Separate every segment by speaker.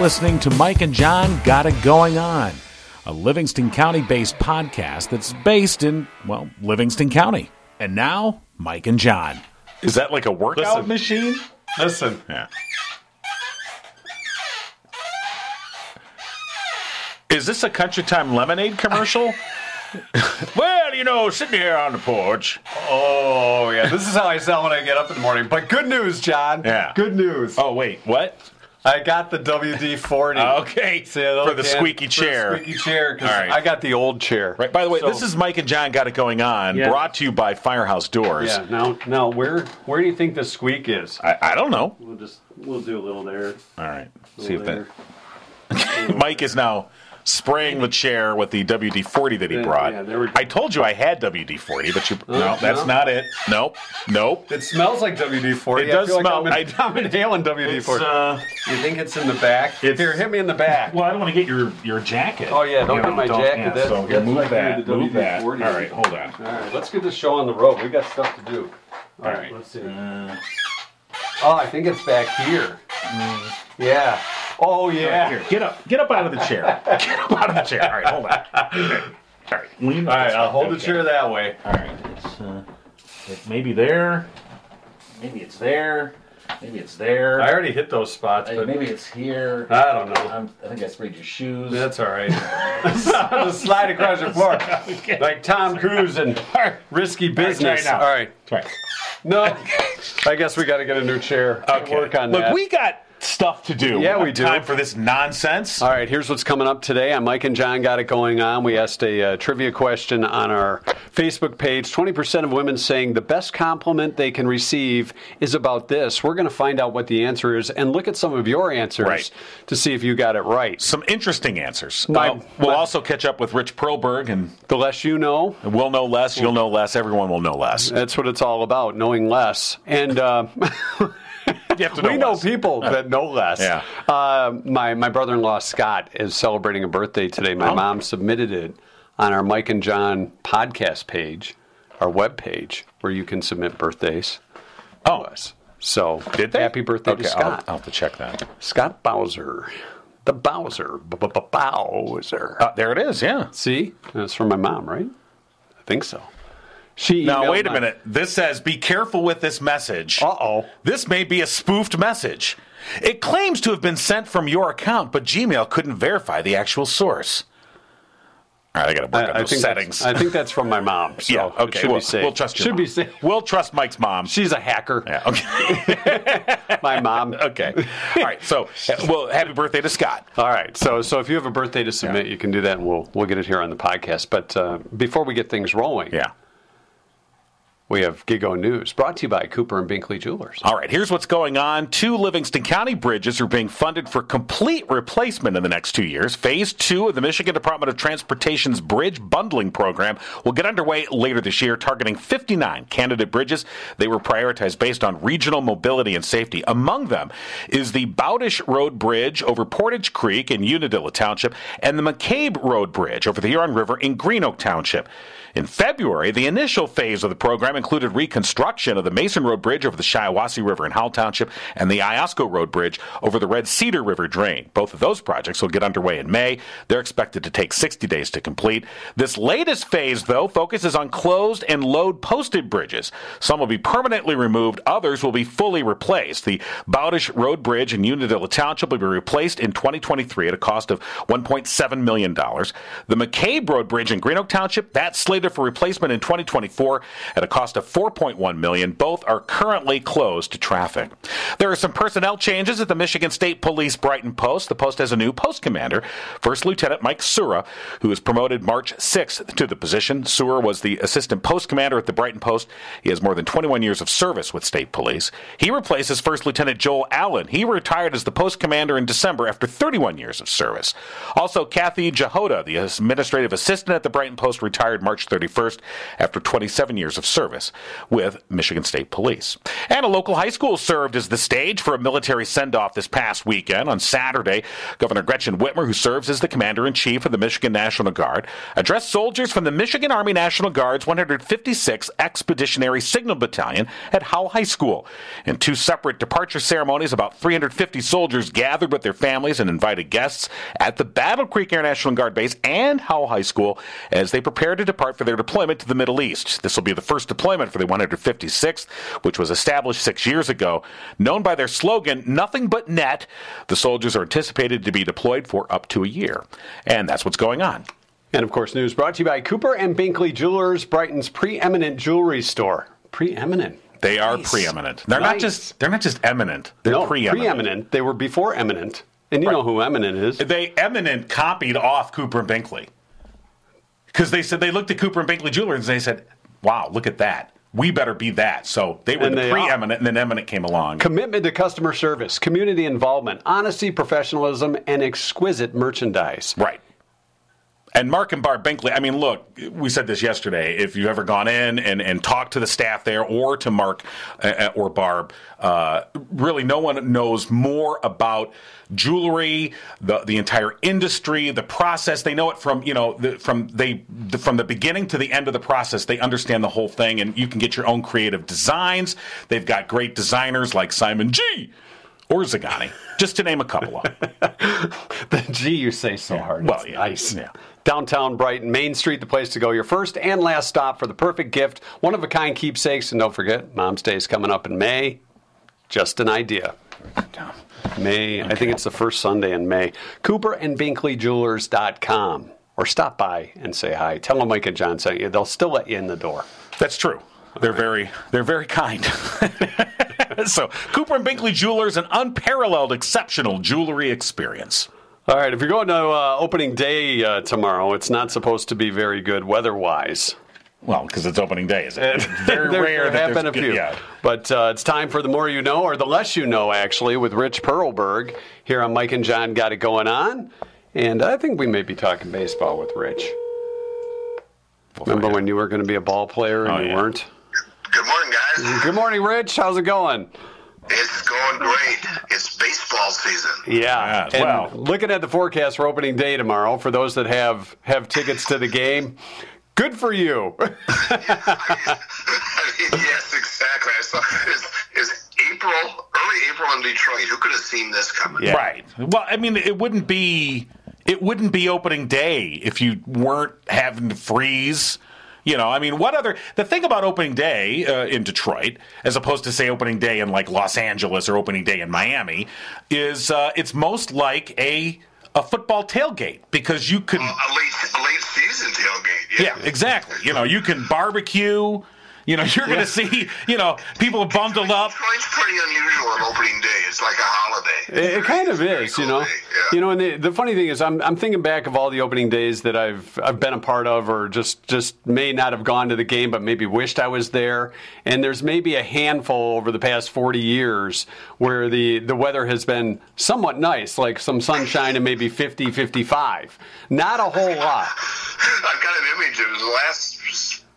Speaker 1: listening to Mike and John Got It Going On, a Livingston County based podcast that's based in, well, Livingston County. And now, Mike and John.
Speaker 2: Is that like a workout
Speaker 3: Listen.
Speaker 2: machine?
Speaker 3: Listen,
Speaker 2: Yeah. Is this a Country Time Lemonade commercial? well, you know, sitting here on the porch.
Speaker 3: oh yeah, this is how I sound when I get up in the morning. But good news, John.
Speaker 2: Yeah.
Speaker 3: Good news.
Speaker 2: Oh, wait, what?
Speaker 3: I got the WD forty.
Speaker 2: Okay. for the squeaky chair.
Speaker 3: squeaky chair. 'cause
Speaker 2: All right.
Speaker 3: I got the old chair.
Speaker 2: Right. By the way,
Speaker 3: So-
Speaker 2: this is Mike and John Got It Going On,
Speaker 3: Yeah.
Speaker 2: brought to you by Firehouse Doors.
Speaker 3: Yeah. Now, now, where where do you think the squeak is?
Speaker 2: I, I don't know.
Speaker 3: We'll just we'll do a little there.
Speaker 2: All right. See if that. Mike is now spraying the chair with the WD 40 that he
Speaker 3: Yeah,
Speaker 2: brought.
Speaker 3: yeah, there we go.
Speaker 2: I told you I had WD 40, but you. no, that's
Speaker 3: no.
Speaker 2: not it. Nope. Nope.
Speaker 3: It smells like WD forty.
Speaker 2: It does
Speaker 3: I feel
Speaker 2: smell-
Speaker 3: Like I'm, in, I'm inhaling WD
Speaker 2: It's,
Speaker 3: forty.
Speaker 2: uh,
Speaker 3: you think it's in the back?
Speaker 2: it's-
Speaker 3: Here, hit me in the back.
Speaker 2: Well, I don't want to get your your jacket.
Speaker 3: Oh, yeah, don't
Speaker 2: You
Speaker 3: get
Speaker 2: know,
Speaker 3: my jacket. That's-
Speaker 2: so here,
Speaker 3: that's
Speaker 2: move
Speaker 3: like
Speaker 2: that.
Speaker 3: the
Speaker 2: Move that. All
Speaker 3: WD-40.
Speaker 2: right, hold on.
Speaker 3: All right, let's get this show on the road. We got stuff to do. All
Speaker 2: right.
Speaker 3: let's see.
Speaker 2: Uh,
Speaker 3: oh, I think it's back here. Mm. Yeah. Oh yeah.
Speaker 2: Here, get up. Get up out of the chair. Get up out of the chair. All right, hold on. Okay. All right, lean.
Speaker 3: All right, I'll hold the chair that way.
Speaker 2: All right, it's uh, it may be there. Maybe it's there. Maybe it's there.
Speaker 3: I already hit those spots,
Speaker 4: Hey,
Speaker 3: but
Speaker 4: maybe it's here.
Speaker 3: I don't know.
Speaker 4: I'm, I think I sprayed your shoes.
Speaker 3: That's all right. Just slide across your floor like Tom Cruise and risky business.
Speaker 2: now.
Speaker 3: All right.
Speaker 2: That's right.
Speaker 3: No, I guess we got to get a new chair.
Speaker 2: Okay.
Speaker 3: Work on
Speaker 2: Look,
Speaker 3: that.
Speaker 2: we got stuff to do.
Speaker 3: Yeah, we
Speaker 2: have
Speaker 3: do.
Speaker 2: Time for this nonsense.
Speaker 3: All right, here's what's coming up today. I'm Mike and John got it going on. We asked a uh, trivia question on our Facebook page. 20% of women saying the best compliment they can receive is about this. We're going to find out what the answer is and look at some of your answers
Speaker 2: Right.
Speaker 3: to see if you got it right.
Speaker 2: Some interesting answers.
Speaker 3: My-
Speaker 2: Uh, we'll
Speaker 3: my-
Speaker 2: also catch up with Rich Perlberg, and
Speaker 3: The less you know,
Speaker 2: we'll know less. You'll know less. Everyone will know less.
Speaker 3: that's what it's all about, knowing less. And uh,
Speaker 2: You have to
Speaker 3: we know
Speaker 2: less.
Speaker 3: people that know less.
Speaker 2: Yeah.
Speaker 3: Uh, my my brother in law Scott is celebrating a birthday today.
Speaker 2: Oh.
Speaker 3: My mom submitted it on our Mike and John podcast page, our web page, where you can submit birthdays.
Speaker 2: Oh.
Speaker 3: So
Speaker 2: Did they?
Speaker 3: happy birthday
Speaker 2: okay,
Speaker 3: to
Speaker 2: I'll,
Speaker 3: Scott.
Speaker 2: I'll have to check that.
Speaker 3: Scott Bowser. The Bowser. Bowser.
Speaker 2: Uh, there it is. Yeah.
Speaker 3: See? That's from my mom, right? I think so. She
Speaker 2: Now
Speaker 3: emailed
Speaker 2: wait a
Speaker 3: my-
Speaker 2: minute. This says be careful with this message.
Speaker 3: Uh-oh.
Speaker 2: This may be a spoofed message. It claims to have been sent from your account, but Gmail couldn't verify the actual source. All right, I got to work on
Speaker 3: I, I
Speaker 2: those
Speaker 3: think
Speaker 2: settings.
Speaker 3: that's, I think that's from my mom. So
Speaker 2: yeah,
Speaker 3: it
Speaker 2: okay.
Speaker 3: Should
Speaker 2: we'll,
Speaker 3: be safe.
Speaker 2: we'll trust your
Speaker 3: Should be
Speaker 2: mom.
Speaker 3: safe.
Speaker 2: We'll trust Mike's mom.
Speaker 3: She's a hacker.
Speaker 2: yeah, okay.
Speaker 3: My mom.
Speaker 2: okay. All right. So, well, happy birthday to Scott.
Speaker 3: All right. So so if you have a birthday to submit, you can do that, and we'll we'll get it here on the podcast. But uh, before we get things rolling,
Speaker 2: Yeah.
Speaker 3: we have Gigo News brought to you by Cooper and Binkley Jewelers.
Speaker 2: All right, here's what's going on. Two Livingston County bridges are being funded for complete replacement in the next two years. Phase two of the Michigan Department of Transportation's bridge bundling program will get underway later this year, targeting 59 candidate bridges. They were prioritized based on regional mobility and safety. Among them is the Bowdish Road Bridge over Portage Creek in Unadilla Township and the McCabe Road Bridge over the Huron River in Green Oak Township. In February, the initial phase of the program included reconstruction of the Mason Road Bridge over the Shiawassee River in Howell Township and the Iosco Road Bridge over the Red Cedar River drain. Both of those projects will get underway in May. They're expected to take 60 days to complete. This latest phase, though, focuses on closed and load posted bridges. Some will be permanently removed, others will be fully replaced. The Bowdish Road Bridge in Unadilla Township will be replaced in 2023 at a cost of $1.7 million. The McCabe Road Bridge in Green Oak Township, that's slated for replacement in 2024 at a cost of $4.1 million. Both are currently closed to traffic. There are some personnel changes at the Michigan State Police Brighton Post. The post has a new post commander, First Lieutenant Mike Sura, who was promoted March 6th to the position. Sura was the assistant post commander at the Brighton Post. He has more than 21 years of service with state police. He replaces First Lieutenant Joel Allen. He retired as the post commander in December after 31 years of service. Also, Kathy Jehoda, the administrative assistant at the Brighton Post, retired March 31st after 27 years of service with Michigan State Police. And a local high school served as the stage for a military send off this past weekend. On Saturday, Governor Gretchen Whitmer, who serves as the commander in chief of the Michigan National Guard, addressed soldiers from the Michigan Army National Guard's 156th Expeditionary Signal Battalion at Howell High School. In two separate departure ceremonies, about 350 soldiers gathered with their families and invited guests at the Battle Creek Air National Guard Base and Howell High School as they prepare to depart for their deployment to the Middle East. This will be the first deployment for the 156th, which was established six years ago. Known by their slogan, Nothing But Net, the soldiers are anticipated to be deployed for up to a year. And that's what's going on.
Speaker 3: And of course, news brought to you by Cooper and Binkley Jewelers, Brighton's preeminent jewelry store. Preeminent.
Speaker 2: They are preeminent. They're not
Speaker 3: Nice.
Speaker 2: just they're not just eminent. They're
Speaker 3: no,
Speaker 2: preeminent.
Speaker 3: preeminent. They were before eminent. And you know who eminent is.
Speaker 2: They eminent copied off Cooper and Binkley because they said they looked at Cooper and Binkley Jewelers and they said, "Wow, look at that. We better be that." So they were
Speaker 3: And
Speaker 2: the
Speaker 3: they are.
Speaker 2: preeminent, and then eminent came along.
Speaker 3: Commitment to customer service, community involvement, honesty, professionalism, and exquisite merchandise.
Speaker 2: Right. And Mark and Barb Binkley, I mean, look, we said this yesterday. If you've ever gone in and, and talked to the staff there or to Mark uh, uh, or Barb, uh, really no one knows more about jewelry, the, the entire industry, the process. They know it from, you know, the, from, they, the, from the beginning to the end of the process. They understand the whole thing, and you can get your own creative designs. They've got great designers like Simon G. Or Zagani, just to name a couple of them.
Speaker 3: The G you say so hard.
Speaker 2: Well,
Speaker 3: It's
Speaker 2: yeah.
Speaker 3: nice.
Speaker 2: Yeah.
Speaker 3: Downtown Brighton, Main Street, the place to go. Your first and last stop for the perfect gift, one of a kind keepsakes, and don't forget, Mom's Day is coming up in May. Just an idea. May, I think it's the first Sunday in May. Cooper and Binkley Jewelers.com. Or stop by and say hi. Tell them Mike and John sent you. They'll still let you in the door.
Speaker 2: That's true. They're very they're very kind. so Cooper and Binkley Jewelers, an unparalleled, exceptional jewelry experience.
Speaker 3: All right, if you're going to uh, opening day uh, tomorrow, it's not supposed to be very good weather wise.
Speaker 2: Well, because it's opening day, is it? Very
Speaker 3: Uh,
Speaker 2: rare
Speaker 3: there, there
Speaker 2: that
Speaker 3: have
Speaker 2: there's
Speaker 3: been a
Speaker 2: good-
Speaker 3: few.
Speaker 2: Yeah.
Speaker 3: But uh, it's time for the more you know, or the less you know, actually, with Rich Perlberg here on Mike and John Got It Going On. And I think we may be talking baseball with Rich. Remember when you were going to be a ball player and
Speaker 2: Oh,
Speaker 3: you
Speaker 2: yeah.
Speaker 3: weren't?
Speaker 5: Good morning, guys.
Speaker 3: Good morning, Rich. How's it going?
Speaker 5: It's going great. It's baseball season.
Speaker 3: Yeah.
Speaker 2: Yes,
Speaker 3: And
Speaker 2: well.
Speaker 3: looking at the forecast for opening day tomorrow, for those that have have tickets to the game, good for you.
Speaker 5: yes, exactly. I saw it's, it's April, early April in Detroit. Who could have seen this coming?
Speaker 3: Yeah.
Speaker 2: Right. Well, I mean, it wouldn't be it wouldn't be opening day if you weren't having to freeze. You know, I mean, what other the thing about opening day uh, in Detroit, as opposed to say opening day in like Los Angeles or opening day in Miami, is uh, it's most like a a football tailgate because you can
Speaker 5: A late, a late season tailgate.
Speaker 2: yeah, exactly. You know, you can barbecue. You know, you're going to see you know people bundled up.
Speaker 5: Detroit's pretty unusual on opening day. It's like a holiday.
Speaker 3: It, it kind of is, you know.
Speaker 5: Yeah.
Speaker 3: You know, and the, the funny thing is, I'm, I'm thinking back of all the opening days that I've I've been a part of, or just just may not have gone to the game, but maybe wished I was there. And there's maybe a handful over the past 40 years where the the weather has been somewhat nice, like some sunshine and maybe 50, 55. Not a whole lot.
Speaker 5: I've got an image of the last,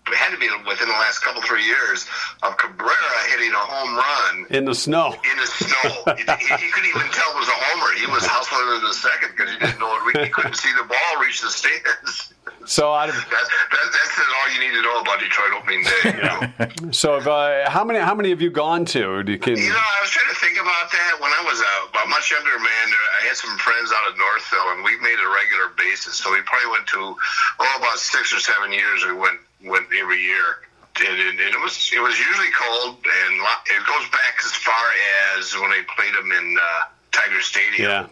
Speaker 5: it had to be within the last couple, three years, of Cabrera hitting a home run.
Speaker 3: In the snow,
Speaker 5: in the snow. he, he- he couldn't even tell it was a homer. He was hustling in the second because he didn't know it. He couldn't see the ball reach the stands.
Speaker 3: so out of
Speaker 5: That, that, that's all you need to know about Detroit opening day. You know?
Speaker 3: so if, uh, how many how many have you gone to? Do you can
Speaker 5: you know, I was trying to think about that when I was a, a much younger man. there- I had some friends out at Northville, and we made a regular basis. So we probably went to oh, about six or seven years. We went went every year. And, and, and it was it was usually cold, and lo- it goes back as far as when they played them in uh, Tiger Stadium.
Speaker 3: yeah.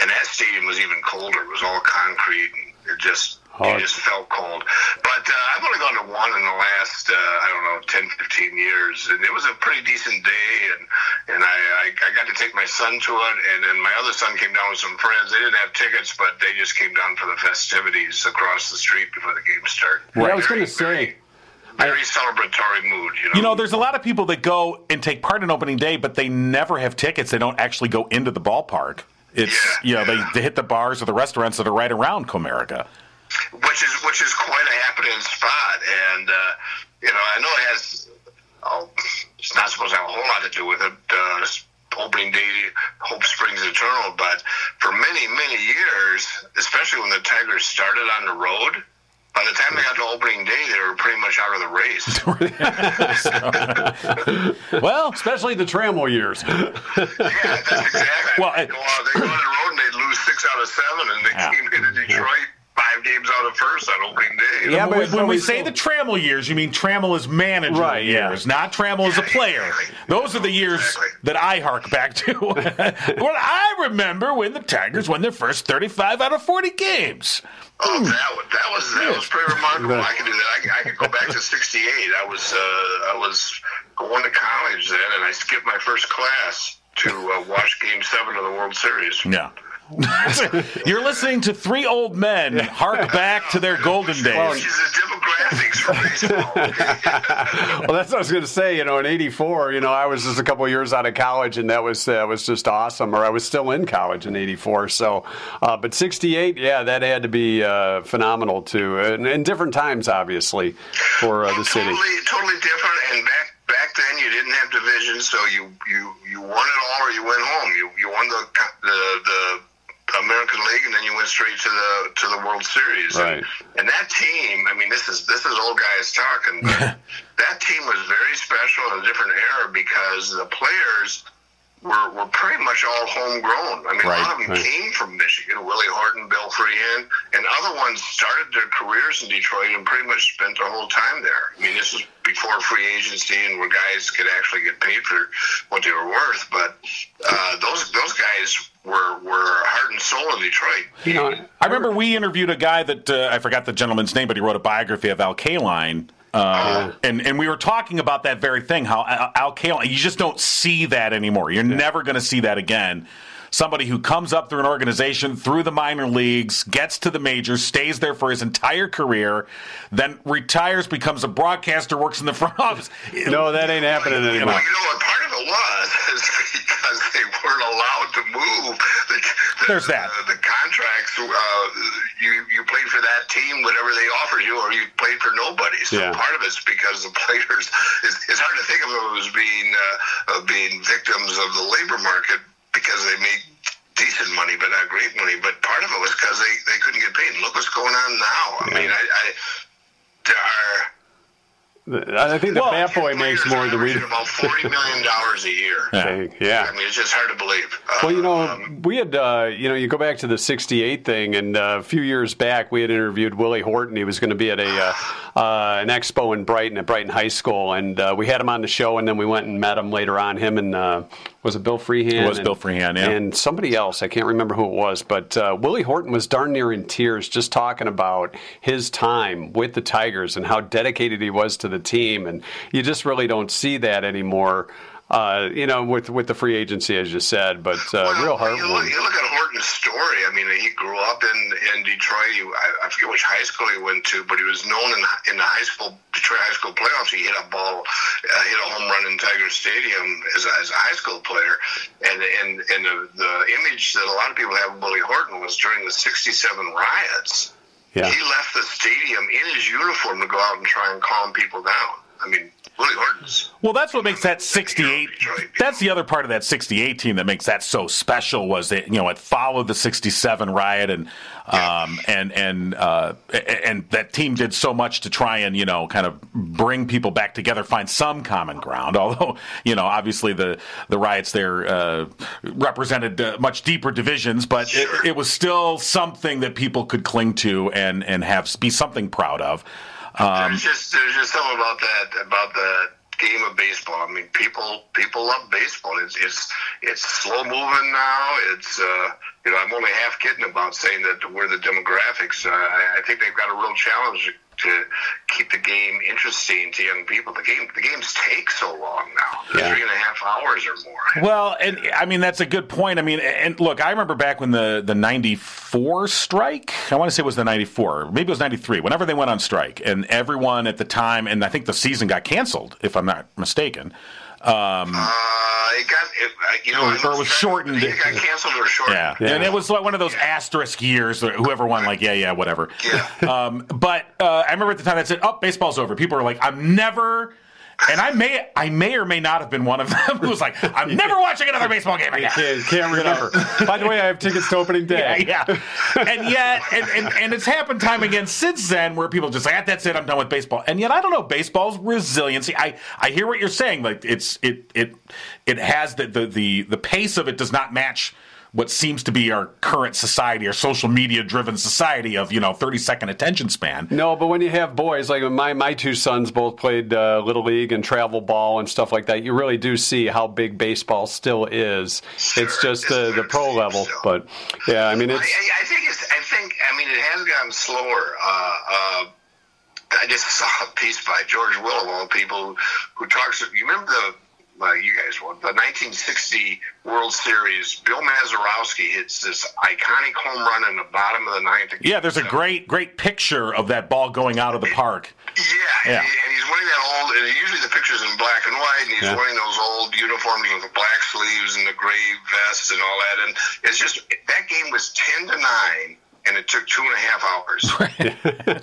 Speaker 5: and that stadium was even colder. It was all concrete, and it just
Speaker 3: Hot.
Speaker 5: it just felt cold. But uh, I've only gone to one in the last uh, I don't know 10, 15 years, and it was a pretty decent day. And and I, I I got to take my son to it, and then my other son came down with some friends. They didn't have tickets, but they just came down for the festivities across the street before the game started.
Speaker 3: Well, I was going to say.
Speaker 5: Very celebratory mood, you know.
Speaker 2: You know, there's a lot of people that go and take part in opening day, but they never have tickets. They don't actually go into the ballpark. It's you know they, they hit the bars or the restaurants that are right around Comerica.
Speaker 5: which is which is quite a in spot. And, uh, you know, I know it has, oh, it's not supposed to have a whole lot to do with it. Uh, opening day, hope springs eternal. But for many, many years, especially when the Tigers started on the road, by the time they got to opening day, they were pretty much out of the race.
Speaker 2: Well,
Speaker 3: Especially the Trammell years.
Speaker 5: Yeah, that's exactly.
Speaker 2: Well,
Speaker 5: Well,
Speaker 2: it-
Speaker 5: they go on the road and they lose six out of seven, and they
Speaker 2: Yeah.
Speaker 5: came into Detroit five games out of first on opening day.
Speaker 3: Yeah,
Speaker 2: when,
Speaker 3: but
Speaker 2: we-
Speaker 3: it's
Speaker 2: when we
Speaker 3: always-
Speaker 2: say the Trammell years, you mean Trammell as manager
Speaker 3: Right, yeah.
Speaker 2: years, not Trammell as a player. Those are the years
Speaker 5: Exactly.
Speaker 2: that I hark back to. well, I remember when the Tigers won their first 35 out of 40 games.
Speaker 5: Oh, that was that was that was pretty remarkable. I could do that. I, could- I could go back to '68. I was uh, I was going to college then, and I skipped my first class to uh, watch Game Seven of the World Series.
Speaker 2: Yeah. You're listening to three old men hark back to their golden
Speaker 5: She's
Speaker 2: days.
Speaker 5: the demographics for baseball.
Speaker 3: well, that's what I was going to say. You know, in '84, you know, I was just a couple years out of college, and that was uh, that was just awesome. Or I was still in college in '84. So, uh, but '68, yeah, that had to be uh, phenomenal too, and, and different times, obviously, for uh, the city.
Speaker 5: Totally, totally different. And back back then, you didn't have divisions, so you you you won it all, or you went home. You you won the co- the the American League, and then you went straight to the to the World Series.
Speaker 3: Right.
Speaker 5: And, and that team, I mean, this is this is old guys talking. But that team was very special in a different era because the players. Were, were pretty much all homegrown. I mean, a lot of them
Speaker 3: right.
Speaker 5: came from Michigan. Willie Horton, Bill Freehan, and other ones started their careers in Detroit and pretty much spent their whole time there. I mean, this was before free agency and where guys could actually get paid for what they were worth. But uh, those those guys were were heart and soul in Detroit.
Speaker 3: You know,
Speaker 2: I remember we interviewed a guy that uh, I forgot the gentleman's name, but he wrote a biography of Al Kaline. Uh, and and we were talking about that very thing. How Al, Al Kaline, you just don't see that anymore. You're never going to see that again. Somebody who comes up through an organization through the minor leagues, gets to the majors, stays there for his entire career, then retires, becomes a broadcaster, works in the front office.
Speaker 3: no, that ain't happening anymore.
Speaker 5: Well, you know what? Part of it was is because they weren't allowed to move. The, the,
Speaker 2: There's that.
Speaker 5: The, the contracts, uh, you you played for that team, whatever they offered you, or you played for nobody. So
Speaker 3: Yeah.
Speaker 5: part of it's because the players. It's, it's hard to think of them as being uh, uh, being victims of the labor market because they made decent money, but not great money. But part of it was because they they couldn't get paid. And look what's going on now. I mean, I. I there are
Speaker 3: I think the
Speaker 2: Well,
Speaker 3: Fat Boy makes more than we
Speaker 5: averaging
Speaker 3: do.
Speaker 5: about forty million dollars a year.
Speaker 3: Yeah.
Speaker 5: I mean, it's just hard to believe. Uh,
Speaker 3: Well, you know, we had, uh, you know, you go back to the 68 thing, and uh, a few years back, we had interviewed Willie Horton. He was going to be at a uh, uh, an expo in Brighton at Brighton High School, and uh, we had him on the show, and then we went and met him later on. Him and, uh, was it Bill Freehan?
Speaker 2: It was
Speaker 3: and,
Speaker 2: Bill Freehan, yeah.
Speaker 3: And somebody else, I can't remember who it was, but uh, Willie Horton was darn near in tears just talking about his time with the Tigers and how dedicated he was to the team, and you just really don't see that anymore. Uh, you know, with with the free agency, as you said, but uh, real
Speaker 5: Well, You look,
Speaker 3: heartwarming.
Speaker 5: you look at Horton's story. I mean, he grew up in in Detroit. He, I, I forget which high school he went to, but he was known in in the high school Detroit high school playoffs. He hit a ball, uh, hit a home run in Tiger Stadium as a, as a high school player. And and and the, the image that a lot of people have of Willie Horton was during the '67 riots.
Speaker 3: Yeah.
Speaker 5: He left the stadium in his uniform to go out and try and calm people down. I mean, Willie Horton's.
Speaker 2: Well, that's what makes that 68. That's the other part of that 68 team that makes that so special was that, you know, it followed the 67 riot and, um, and, and, uh, and that team did so much to try and, you know, kind of bring people back together, find some common ground. Although, you know, obviously the, the riots there, uh, represented uh, much deeper divisions, but it, it was still something that people could cling to and, and have be something proud of. Um,
Speaker 5: there's just there's just something about that about the game of baseball. I mean, people people love baseball. It's it's it's slow moving now. It's uh, you know I'm only half kidding about saying that we're the demographics. Uh, I, I think they've got a real challenge to keep the game interesting to young people. The game the games take so long now. They're Three and a half hours or more.
Speaker 2: Well, and I mean that's a good point. I mean, and look, I remember back when the the '94 strike. I want to say it was the '94, maybe it was '93. Whenever they went on strike, and everyone at the time, and I think the season got canceled, if I'm not mistaken. Um,
Speaker 5: Uh, it got, it, I- you know,
Speaker 2: Or-
Speaker 5: I
Speaker 2: or it was
Speaker 5: I
Speaker 2: shortened.
Speaker 5: think It got canceled or shortened.
Speaker 2: yeah.
Speaker 3: Yeah.
Speaker 2: and it was like one of those asterisk years. Or whoever won, like, yeah, yeah, whatever.
Speaker 5: Yeah.
Speaker 2: Um, but uh, I remember at the time that said, "Oh, baseball's over." People are like, "I'm never," and I may, I may or may not have been one of them who was like, "I'm never watching another baseball game again."
Speaker 3: Yeah, can't remember. By the way, I have tickets to opening
Speaker 2: Yeah,
Speaker 3: day.
Speaker 2: yeah. And yet, and, and, and it's happened time again since then where people just like, "Ah, that's it, I'm done with baseball. And yet, I don't know, baseball's resiliency. I, I hear what you're saying. Like, it's, it, it, it has the, the, the, the pace of it does not match what seems to be our current society, our social media driven society of, you know, 30 second attention span.
Speaker 3: No, but when you have boys like my my two sons both played uh, little league and travel ball and stuff like that, you really do see how big baseball still is. it's
Speaker 5: Sure,
Speaker 3: just the
Speaker 5: it's
Speaker 3: the pro
Speaker 5: very
Speaker 3: level,
Speaker 5: still.
Speaker 3: but yeah, I mean
Speaker 5: I,
Speaker 3: it's
Speaker 5: I- I think it's. I think. I mean, it has gotten slower. Uh, uh, I just saw a piece by George Will of all people who talks. You remember the? Well, you guys won the 1960 World Series. Bill Mazeroski hits this iconic home run in the bottom of the ninth.
Speaker 2: Yeah, there's a great, great picture of that ball going out of the park.
Speaker 5: Yeah,
Speaker 2: Yeah.
Speaker 5: And, he- and he's wearing that old. And usually the picture's in black and white, and he's
Speaker 3: Yeah.
Speaker 5: wearing those old uniforms with the black sleeves and the gray vests and all that. And it's just that game was ten to nine, and it took two and a half hours.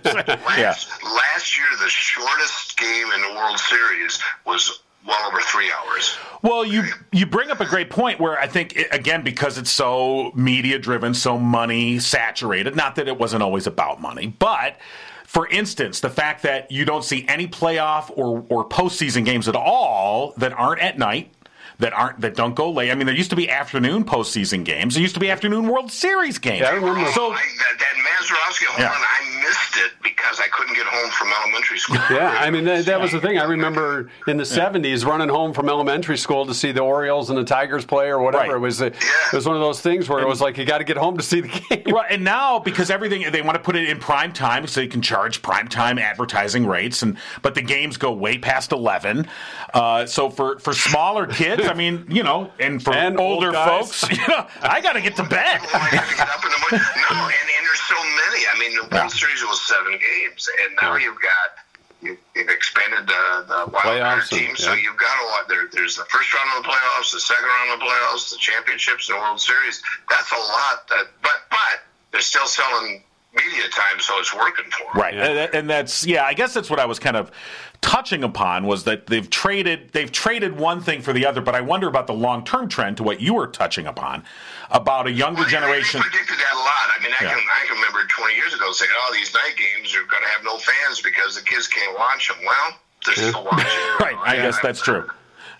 Speaker 5: last, last year, the shortest game in the World Series was well over three hours.
Speaker 2: Well, you you bring up a great point where I think it, again because it's so media driven, so money saturated. Not that it wasn't always about money, but for instance, the fact that you don't see any playoff or or postseason games at all that aren't at night. That aren't that don't go late. I mean, there used to be afternoon postseason games. There used to be afternoon World Series games.
Speaker 3: Yeah, I remember.
Speaker 2: So
Speaker 5: I, that, that Mazeroski home
Speaker 2: Yeah.
Speaker 5: run, I missed it because I couldn't get home from elementary school.
Speaker 3: Yeah, I mean that, that was the thing. I remember in the '70s running home from elementary school to see the Orioles and the Tigers play or whatever.
Speaker 2: Right.
Speaker 3: It was it was one of those things where it was like you got to get home to see the game.
Speaker 2: Right, and now because everything they want to put it in prime time, so they can charge prime time advertising rates, and but the games go way past eleven. Uh, so for for smaller kids, I mean, you know, and for
Speaker 3: And old
Speaker 2: older
Speaker 3: guys.
Speaker 2: folks, you know, I got to get to bed.
Speaker 5: Well, I have to get up in the morning. No, and, and there's so many. I mean, the World Series was seven games, and now you've got you, you've expanded the, the wild card
Speaker 3: Playoffs and-
Speaker 5: team, so
Speaker 3: yeah.
Speaker 5: you've got a lot. There, there's the first round of the playoffs, the second round of the playoffs, the championships, and the World Series. That's a lot. That, but but they're still selling media time, so it's working for 'em.
Speaker 2: Right, and, and that's yeah. I guess that's what I was kind of touching upon was that they've traded they've traded one thing for the other, but I wonder about the long term trend to what you were touching upon about a younger
Speaker 5: Well, they-
Speaker 2: generation.
Speaker 5: They predicted that a lot. I mean, I
Speaker 2: Yeah.
Speaker 5: can I can remember 20 years ago saying, "Oh, these night games are going to have no fans because the kids can't watch them." Well, they're still watching.
Speaker 2: Right. I
Speaker 5: Yeah.
Speaker 2: guess that's true.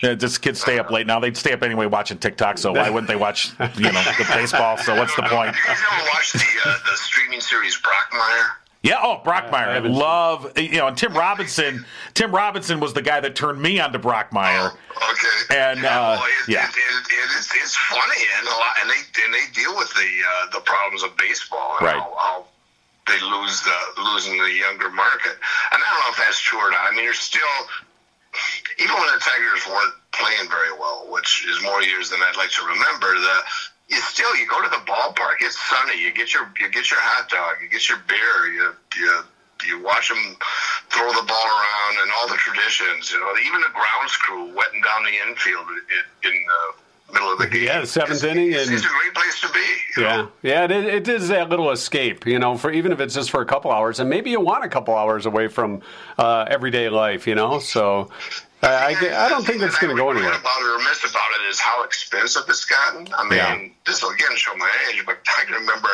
Speaker 2: Yeah, just kids stay up late now. They'd stay up anyway watching TikTok. So why wouldn't they watch, you know, the baseball? So what's the point?
Speaker 5: Did you guys ever watch the uh, the streaming series Brockmire?
Speaker 2: Yeah. Oh, Brockmeyer. I
Speaker 3: haven't seen
Speaker 2: love you know, and Tim Robinson. Tim Robinson was the guy that turned me on to Brockmeyer.
Speaker 5: Okay.
Speaker 2: Oh. And, uh,
Speaker 5: well, it,
Speaker 2: yeah.
Speaker 5: it, it, it, it's, it's funny and a lot, and they and they deal with the uh, the problems of baseball and
Speaker 2: Right.
Speaker 5: how, how they lose the losing the younger market. And I don't know if that's true or not. I mean, you're still even when the Tigers weren't playing very well, which is more years than I'd like to remember, the you still you go to the ballpark. It's sunny. You get your you get your hot dog. You get your beer. You you you watch them throw the ball around and all the traditions. You know, even the grounds crew wetting down the infield in, in the middle of the game.
Speaker 3: Yeah, the seventh
Speaker 5: It's-
Speaker 3: inning
Speaker 5: It's,
Speaker 3: and-
Speaker 5: it's a great place to be. you
Speaker 3: Yeah,
Speaker 5: know?
Speaker 3: yeah, it, it is that little escape, you know, for even if it's just for a couple hours, and maybe you want a couple hours away from uh, everyday life, you know. So I, I, get- I don't think that's going to go
Speaker 5: What I
Speaker 3: anywhere.
Speaker 5: regret About it or miss about it is how expensive it's gotten. I mean,
Speaker 3: Yeah.
Speaker 5: this will again show my age, but I can remember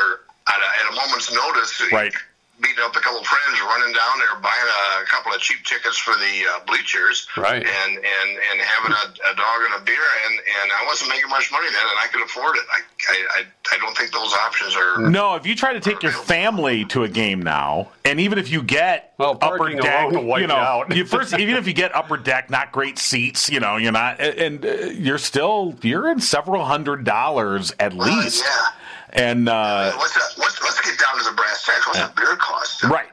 Speaker 5: at a, at a moment's notice,
Speaker 2: Right.
Speaker 5: meeting up a couple of friends, running down there, buying a couple of cheap tickets for the uh, bleachers,
Speaker 3: Right.
Speaker 5: and and and having a, a dog and a beer, and and I wasn't making much money then, and I could afford it. I I I, I don't think those options are.
Speaker 2: No, if you try to take your family to a game now, and even if you get
Speaker 3: Well,
Speaker 2: upper
Speaker 3: parking
Speaker 2: deck,
Speaker 3: alone will wipe
Speaker 2: you know,
Speaker 3: you out.
Speaker 2: you first even if you get upper deck, not great seats, you know, you're not, and uh, you're still you're in several hundred dollars at least,
Speaker 5: yeah.
Speaker 2: and uh,
Speaker 3: Mm.
Speaker 5: What's a, what's, let's get down to the brass tacks. What's a beer cost?
Speaker 2: Right.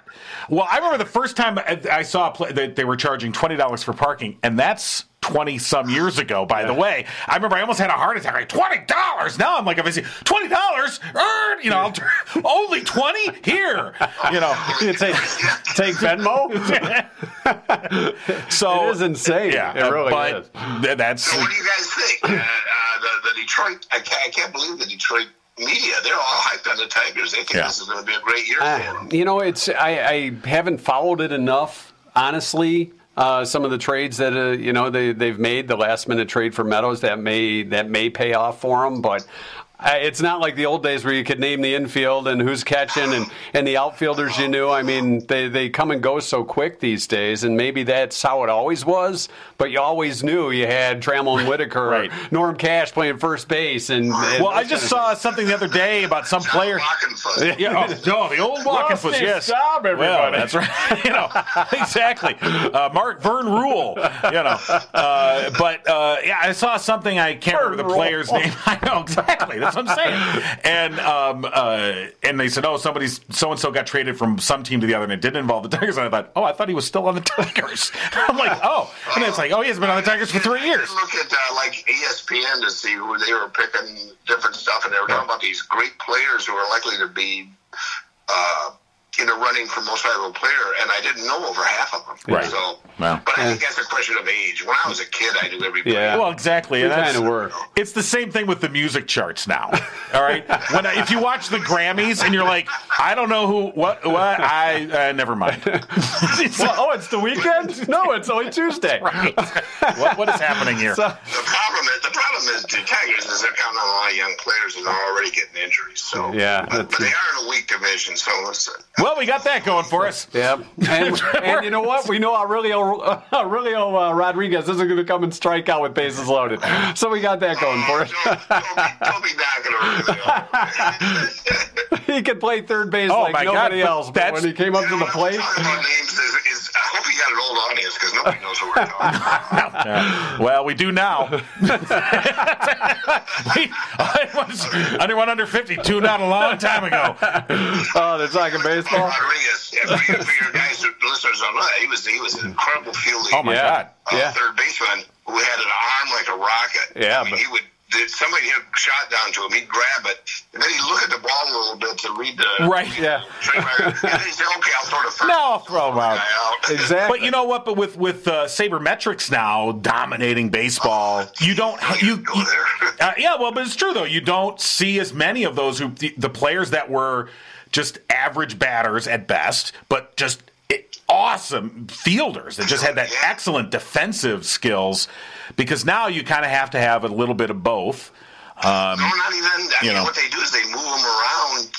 Speaker 2: Well, I remember the first time I I saw a play that they were charging twenty dollars for parking, and that's 20 some years ago, by the way. I remember I almost had a heart attack. Like, $20? Now I'm like, if I see $20, er, you know, I'll turn, only 20 here, you know.
Speaker 3: You take take Venmo.
Speaker 2: So
Speaker 3: It is insane.
Speaker 2: Oh, Yeah,
Speaker 3: It really
Speaker 2: but
Speaker 3: is.
Speaker 2: th- that's
Speaker 5: So what do you guys think? Uh, uh, the, the Detroit, I can't, I can't believe the Detroit media. They're all hyped on the Tigers. They think
Speaker 2: Yeah. Ah,
Speaker 5: this is going to be a great year for
Speaker 3: Uh,
Speaker 5: them.
Speaker 3: you know, it's I, I haven't followed it enough, honestly. Uh, some of the trades that uh, you know they they've made, the last minute trade for Meadows that may that may pay off for them, but. I, it's not like the old days where you could name the infield and who's catching and, and the outfielders you knew. I mean, they, they come and go so quick these days, and maybe that's how it always was, but you always knew you had Trammell and Whitaker,
Speaker 2: Right.
Speaker 3: Norm Cash playing first base. and, and
Speaker 2: Well, I
Speaker 3: those
Speaker 2: just
Speaker 3: kinda
Speaker 2: saw something the other day about some player.
Speaker 5: Lockenfoot.
Speaker 2: Yeah, oh, no, the old walking foot.
Speaker 3: his
Speaker 2: Yes,
Speaker 3: job,
Speaker 2: Well,
Speaker 3: everybody.
Speaker 2: that's right. you know, exactly. Uh, Mark Vern Rule. You know, uh, but uh, yeah, I saw something. I can't
Speaker 3: Vern
Speaker 2: remember the
Speaker 3: Rule.
Speaker 2: player's name. I know exactly. That's what I'm saying. And um, uh, and they said, oh, somebody's so and so got traded from some team to the other, and it didn't involve the Tigers. And I thought, oh, I thought he was still on the Tigers. I'm like, oh, and it's like, oh, he has been on the Tigers for three years.
Speaker 5: Look at uh, like ESPN to see who they were picking different stuff, and they were talking about these great players who are likely to be uh, in the running for most valuable player, and I didn't know over half of them.
Speaker 2: Right.
Speaker 5: So,
Speaker 2: Wow.
Speaker 5: but I think that's a question of age. When I was a kid, I knew every player.
Speaker 3: Yeah.
Speaker 2: Well, exactly. and
Speaker 3: We
Speaker 2: that's-
Speaker 3: kinda were.
Speaker 2: It's the same thing with the music charts now. All right, when if you watch the Grammys and you're like, I don't know who, what, what, I uh, never mind. It's like,
Speaker 3: oh, it's the weekend? No, it's only Tuesday.
Speaker 2: right. what, what is happening here?
Speaker 3: So-
Speaker 5: The problem is the problem is the Tigers is they're counting on a lot of young players and they're already getting injuries. So
Speaker 3: Yeah,
Speaker 5: but,
Speaker 3: that's-
Speaker 5: but they are in a weak division. So listen,
Speaker 2: well, we got that going for us.
Speaker 3: Yep. And, and you know what? We know Aurelio, Aurelio uh, Rodriguez isn't going to come and strike out with bases loaded. So we got that going for
Speaker 5: don't, don't, be, don't be knocking around.
Speaker 3: it. he could play third base
Speaker 2: Oh, my
Speaker 3: like
Speaker 2: God,
Speaker 3: nobody
Speaker 2: but
Speaker 3: else, but
Speaker 2: that's-
Speaker 3: when he came up to the plate.
Speaker 5: Talking about names is, is I hope you got an old audience because nobody knows what we're talking about.
Speaker 2: Yeah. Well, we do now. we, anyone under 50 tuned out a long time ago.
Speaker 3: Oh, they're talking baseball?
Speaker 5: Rodriguez, if, you- if your guys your listeners don't know, he was he was an incredible field.
Speaker 2: Oh, my
Speaker 5: leader.
Speaker 3: Yeah.
Speaker 2: God.
Speaker 5: uh,
Speaker 3: Yeah.
Speaker 5: third baseman who had an arm like a rocket.
Speaker 3: Yeah,
Speaker 5: I mean,
Speaker 3: but-
Speaker 5: he would. Did somebody hit a shot down to him? He'd grab it, and then he'd look at the ball a little bit to read the
Speaker 2: Right.
Speaker 3: Yeah.
Speaker 5: trade record. and then he'd say, "Okay, I'll throw the first
Speaker 2: Now I'll throw him out.
Speaker 5: guy out."
Speaker 3: Exactly.
Speaker 2: But you know what? But with with uh, sabermetrics now dominating baseball, you don't you,
Speaker 5: Go
Speaker 2: you-
Speaker 5: there.
Speaker 2: uh, yeah. Well, but it's true though. You don't see as many of those who the, the players that were just average batters at best, but just it, awesome fielders that just had that excellent defensive skills. Because now you kind of have to have a little bit of both. Um,
Speaker 5: No, not even. I
Speaker 2: You
Speaker 5: mean,
Speaker 2: know.
Speaker 5: what they do is they move them around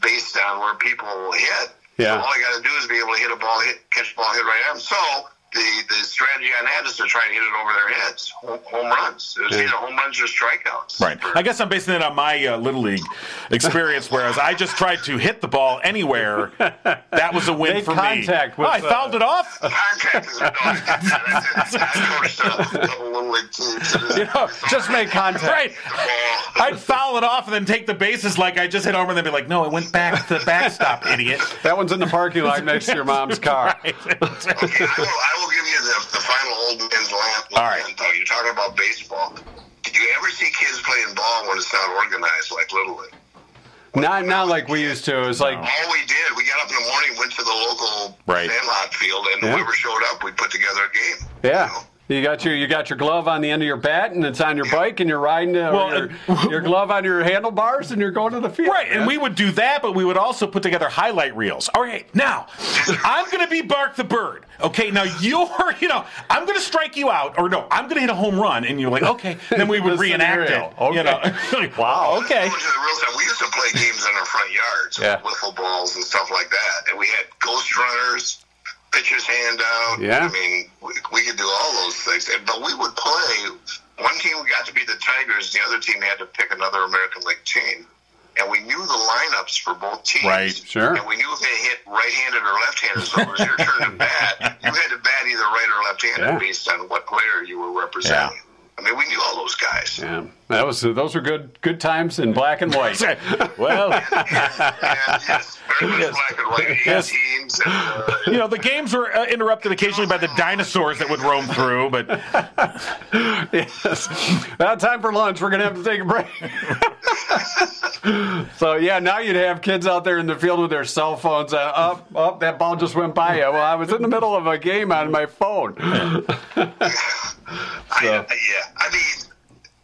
Speaker 5: based on where people hit.
Speaker 3: Yeah.
Speaker 5: So all you got to do is be able to hit a ball, hit catch a ball, hit right at them. So the the strategy on that is to try and hit it over their heads, home, home runs. It's either home runs or strikeouts.
Speaker 2: Right. I guess I'm basing it on my uh, little league experience, whereas I just tried to hit the ball anywhere. That was a win
Speaker 3: Make
Speaker 2: for
Speaker 3: contact
Speaker 2: me. Oh,
Speaker 3: with,
Speaker 2: I
Speaker 3: uh,
Speaker 2: fouled it off.
Speaker 5: Contact is no, I coached a couple little league teams.
Speaker 2: You know,
Speaker 3: Just make contact.
Speaker 2: right.
Speaker 5: Ball.
Speaker 2: I'd foul it off and then take the bases like I just hit over and then be like, no, it went back to the backstop, idiot.
Speaker 3: That one's in the parking lot next to your mom's car.
Speaker 5: Okay, I will, I will give you the, the final old man's lamp.
Speaker 2: All right.
Speaker 5: Though you're talking about baseball, do you ever see kids playing ball when it's not organized like Little League?
Speaker 3: Not, not like we used to. It was like,
Speaker 5: All we did, we got up in the morning, went to the local
Speaker 2: Right.
Speaker 5: sandlot field, and
Speaker 3: Yeah.
Speaker 5: whoever showed up, we put together a game. You
Speaker 3: yeah.
Speaker 5: know?
Speaker 3: You got your you got your glove on the end of your bat, and it's on your bike, and you're riding uh,
Speaker 2: Well,
Speaker 3: your,
Speaker 2: and-
Speaker 3: your glove on your handlebars, and you're going to the field.
Speaker 2: Right, and
Speaker 3: man.
Speaker 2: we would do that, but we would also put together highlight reels. All right, now I'm going to be Bark the Bird. Okay, now you're, you know, I'm going to strike you out, or no, I'm going to hit a home run, and you're like, okay. Then we would
Speaker 3: The
Speaker 2: reenact
Speaker 3: scenario.
Speaker 2: it. You know, wow. Okay.
Speaker 5: Going to the real stuff. We used to play games in our front yards,
Speaker 3: Oh, Yeah.
Speaker 5: with wiffle balls and stuff like that, and we had ghost runners, pitcher's handout.
Speaker 3: Yeah.
Speaker 5: I mean, we, we could do all those things, and, but we would play. One team got to be the Tigers, the other team had to pick another American League team. And we knew the lineups for both teams.
Speaker 2: Right,
Speaker 3: sure.
Speaker 5: And we knew if they hit right-handed or left-handed, so it was your turn to bat. You had to bat either right or left-handed
Speaker 3: Yeah.
Speaker 5: based on what player you were representing. I mean, we knew all those guys.
Speaker 3: Yeah, that was those were good good times in black and white.
Speaker 2: well,
Speaker 5: Yeah, yes, very much
Speaker 2: Yes.
Speaker 5: black and white, eight
Speaker 2: Yes.
Speaker 5: teams. And, uh,
Speaker 2: you know, the games were uh, interrupted occasionally by the dinosaurs that would roam through, but
Speaker 3: yes. Now time for lunch. We're gonna have to take a break. so yeah, now you'd have kids out there in the field with their cell phones. Uh, up, up. That ball just went by you. Well, I was in the middle of a game on my phone.
Speaker 5: I,
Speaker 3: So-
Speaker 5: yeah, I mean,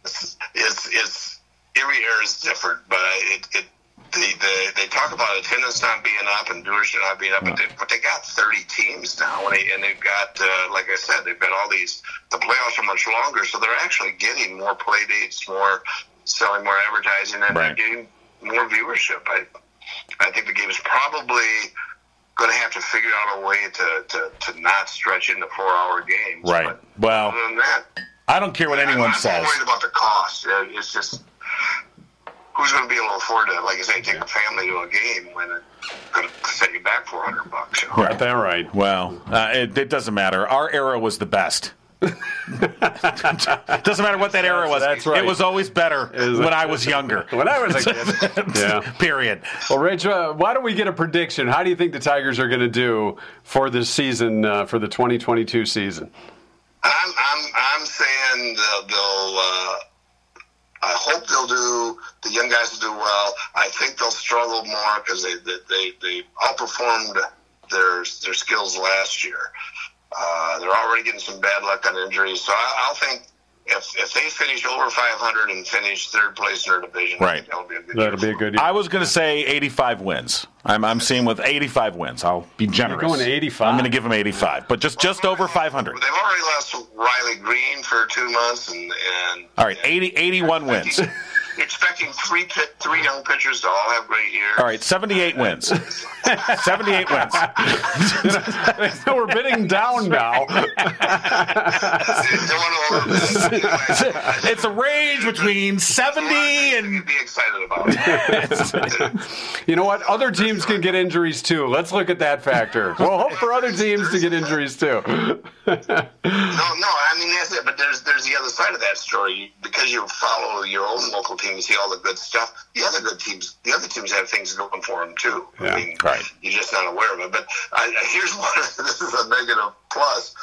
Speaker 5: it's, it's it's every year is different, but I, it it the, the they talk about attendance not being up and viewership not being up, but, they, but they got thirty teams now, and, they, and they've got uh, like I said, they've got all these. The playoffs are much longer, so they're actually getting more play dates, more selling, more advertising, and
Speaker 2: Right.
Speaker 5: they're getting more viewership. I I think the game is probably. Going to have to figure out a way to, to, to not stretch into four hour games.
Speaker 2: right.
Speaker 5: But
Speaker 2: Well,
Speaker 5: other than that,
Speaker 2: I don't care what
Speaker 5: I'm
Speaker 2: anyone
Speaker 5: not
Speaker 2: says.
Speaker 5: worried about the cost. Uh, It's just who's going to be able to afford it? Like I say, take a family to a game when it's going to set you back 400 bucks. You know?
Speaker 2: Right.
Speaker 3: Got that right.
Speaker 2: Well, uh, it, it doesn't matter. Our era was the best. doesn't matter what that era was.
Speaker 3: That's right.
Speaker 2: It was always better
Speaker 3: is-
Speaker 2: when I was younger.
Speaker 3: When I was a kid. yeah.
Speaker 2: Period.
Speaker 3: Well, Rich, uh, why don't we get a prediction? How do you think the Tigers are going to do for this season, uh, for the 2022 season?
Speaker 5: I'm, I'm, I'm saying they'll, they'll uh, I hope they'll do, the young guys will do well. I think they'll struggle more because they, they, they, they outperformed their, their skills last year. Uh, they're already getting some bad luck on injuries. So I, I'll think if, if they finish over 500 and finish third place in their division, I
Speaker 2: Right.
Speaker 5: think that'll be a good year
Speaker 3: That'll be
Speaker 5: for
Speaker 3: a good year.
Speaker 2: I was going to say 85 wins. I'm, I'm seeing with 85 wins. I'll be generous.
Speaker 3: going to 85.
Speaker 2: I'm going to give them 85, but just just over 500.
Speaker 5: They've already lost Riley Green for two months, and, and
Speaker 2: All right, 80, 81 wins.
Speaker 5: You're expecting three pit, three young pitchers to all have great years.
Speaker 2: All right, 78 wins. 78 wins.
Speaker 3: No, we're bidding down now.
Speaker 5: Don't wanna overdo it. Anyway,
Speaker 2: It's a range between 70 and
Speaker 5: Be excited about it.
Speaker 3: You know what? Other teams can get injuries too. Let's look at that factor. We'll hope for other teams to get injuries too.
Speaker 5: No, no, I mean that's it. But there's there's the other side of that story You- because you follow your own local team, you see all the good stuff. The other good teams, the other teams have things going for them too.
Speaker 3: Yeah,
Speaker 5: I mean,
Speaker 2: right.
Speaker 5: You're just not aware of it. But I, I- here's one. This is a negative plus.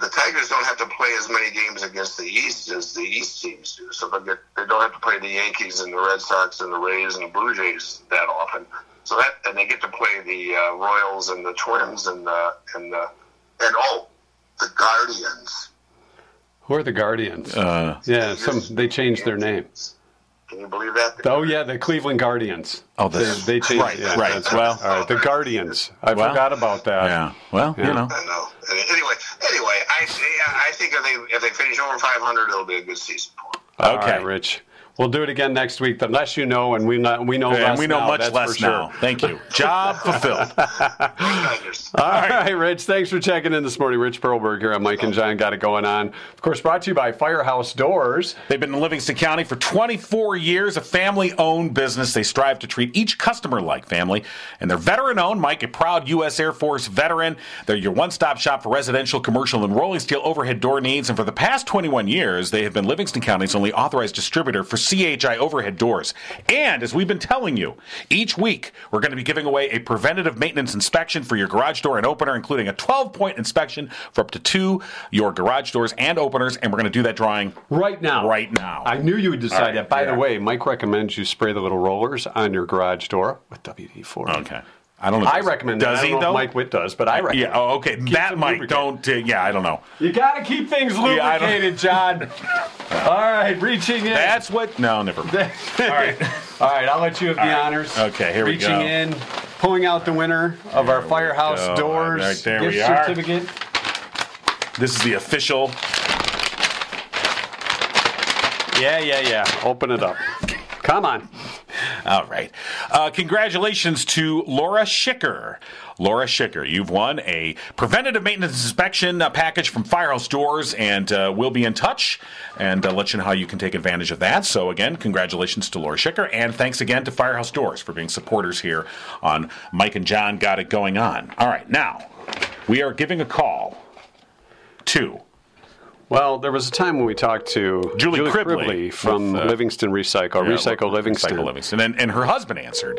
Speaker 5: The Tigers don't have to play as many games against the East as the East teams do. So they, get, they don't have to play the Yankees and the Red Sox and the Rays and the Blue Jays that often. So that and they get to play the uh, Royals and the Twins and the and the and oh, the Guardians.
Speaker 3: Who are the Guardians?
Speaker 2: uh,
Speaker 3: yeah, some they changed their name.
Speaker 5: Can you believe that?
Speaker 3: Oh yeah, the Cleveland Guardians.
Speaker 2: Oh,
Speaker 3: they,
Speaker 2: the-
Speaker 3: they changed.
Speaker 2: right,
Speaker 3: yeah,
Speaker 2: right.
Speaker 3: that's
Speaker 2: Well-
Speaker 3: all right, the Guardians. I
Speaker 2: Well,
Speaker 3: forgot about that.
Speaker 2: yeah. Well, you know.
Speaker 5: I know. Anyway, anyway, I I think if they if they finish over 500, it'll be a good season for them.
Speaker 3: All
Speaker 2: Okay.
Speaker 3: right, Rich. We'll do it again next week. The less you know, and we not, we know
Speaker 2: And
Speaker 3: less
Speaker 2: we know
Speaker 3: now,
Speaker 2: much
Speaker 3: that's
Speaker 2: less
Speaker 3: for sure.
Speaker 2: now. Thank you. Job fulfilled.
Speaker 5: Tigers.
Speaker 2: Uh,
Speaker 3: All right, Rich. Thanks for checking in this morning. Rich Perlberg here on Mike and John. Got it going on. Of course, brought to you by Firehouse Doors.
Speaker 2: They've been in Livingston County for 24 years, a family owned business. They strive to treat each customer like family. And they're veteran owned. Mike, a proud U.S. Air Force veteran. They're your one stop shop for residential, commercial, and rolling steel overhead door needs. And for the past 21 years, they have been Livingston County's only authorized distributor for CHI overhead doors. And as we've been telling you, each week we're going to be giving away a preventative maintenance inspection for your garage door and opener, including a 12 point inspection for up to two your garage doors and openers. And we're going to do that drawing
Speaker 3: Right now.
Speaker 2: right now.
Speaker 3: I knew you would decide
Speaker 2: All right,
Speaker 3: that. By
Speaker 2: yeah.
Speaker 3: the way, Mike recommends you spray the little rollers on your garage door with WD-40.
Speaker 2: okay. I don't know.
Speaker 3: I recommend
Speaker 2: Does
Speaker 3: that. I
Speaker 2: he
Speaker 3: don't know
Speaker 2: though?
Speaker 3: if Mike Witt does, but I recommend
Speaker 2: yeah. Oh, okay. that
Speaker 3: some
Speaker 2: Mike.
Speaker 3: lubricant.
Speaker 2: Don't. Uh, yeah. I don't know.
Speaker 3: You got to keep things
Speaker 2: Yeah, I don't-
Speaker 3: lubricated, John. All right, reaching in.
Speaker 2: That's what. No. Never. mind. All right.
Speaker 3: All right, I'll let you have the honors.
Speaker 2: Okay, here we
Speaker 3: reaching
Speaker 2: go.
Speaker 3: in, pulling out the winner of our
Speaker 2: we
Speaker 3: Firehouse
Speaker 2: go.
Speaker 3: Doors
Speaker 2: Right there
Speaker 3: gift
Speaker 2: we are.
Speaker 3: certificate.
Speaker 2: This is the official.
Speaker 3: Yeah, yeah, yeah. Open it up. Come on.
Speaker 2: All right. Uh, congratulations to Laura Schicker. Laura Schicker, you've won a preventative maintenance inspection uh, package from Firehouse Doors, and uh, we'll be in touch and uh, let you know how you can take advantage of that. So, again, congratulations to Laura Schicker, and thanks again to Firehouse Doors for being supporters here on Mike and John Got It Going On. All right, now we are giving a call to
Speaker 3: Well, there was a time when we talked to
Speaker 2: Julie Cribley
Speaker 3: from
Speaker 2: with, uh,
Speaker 3: Livingston Recycle,
Speaker 2: Yeah,
Speaker 3: Recycle Livingston,
Speaker 2: Recycle Livingston. And, and her husband answered,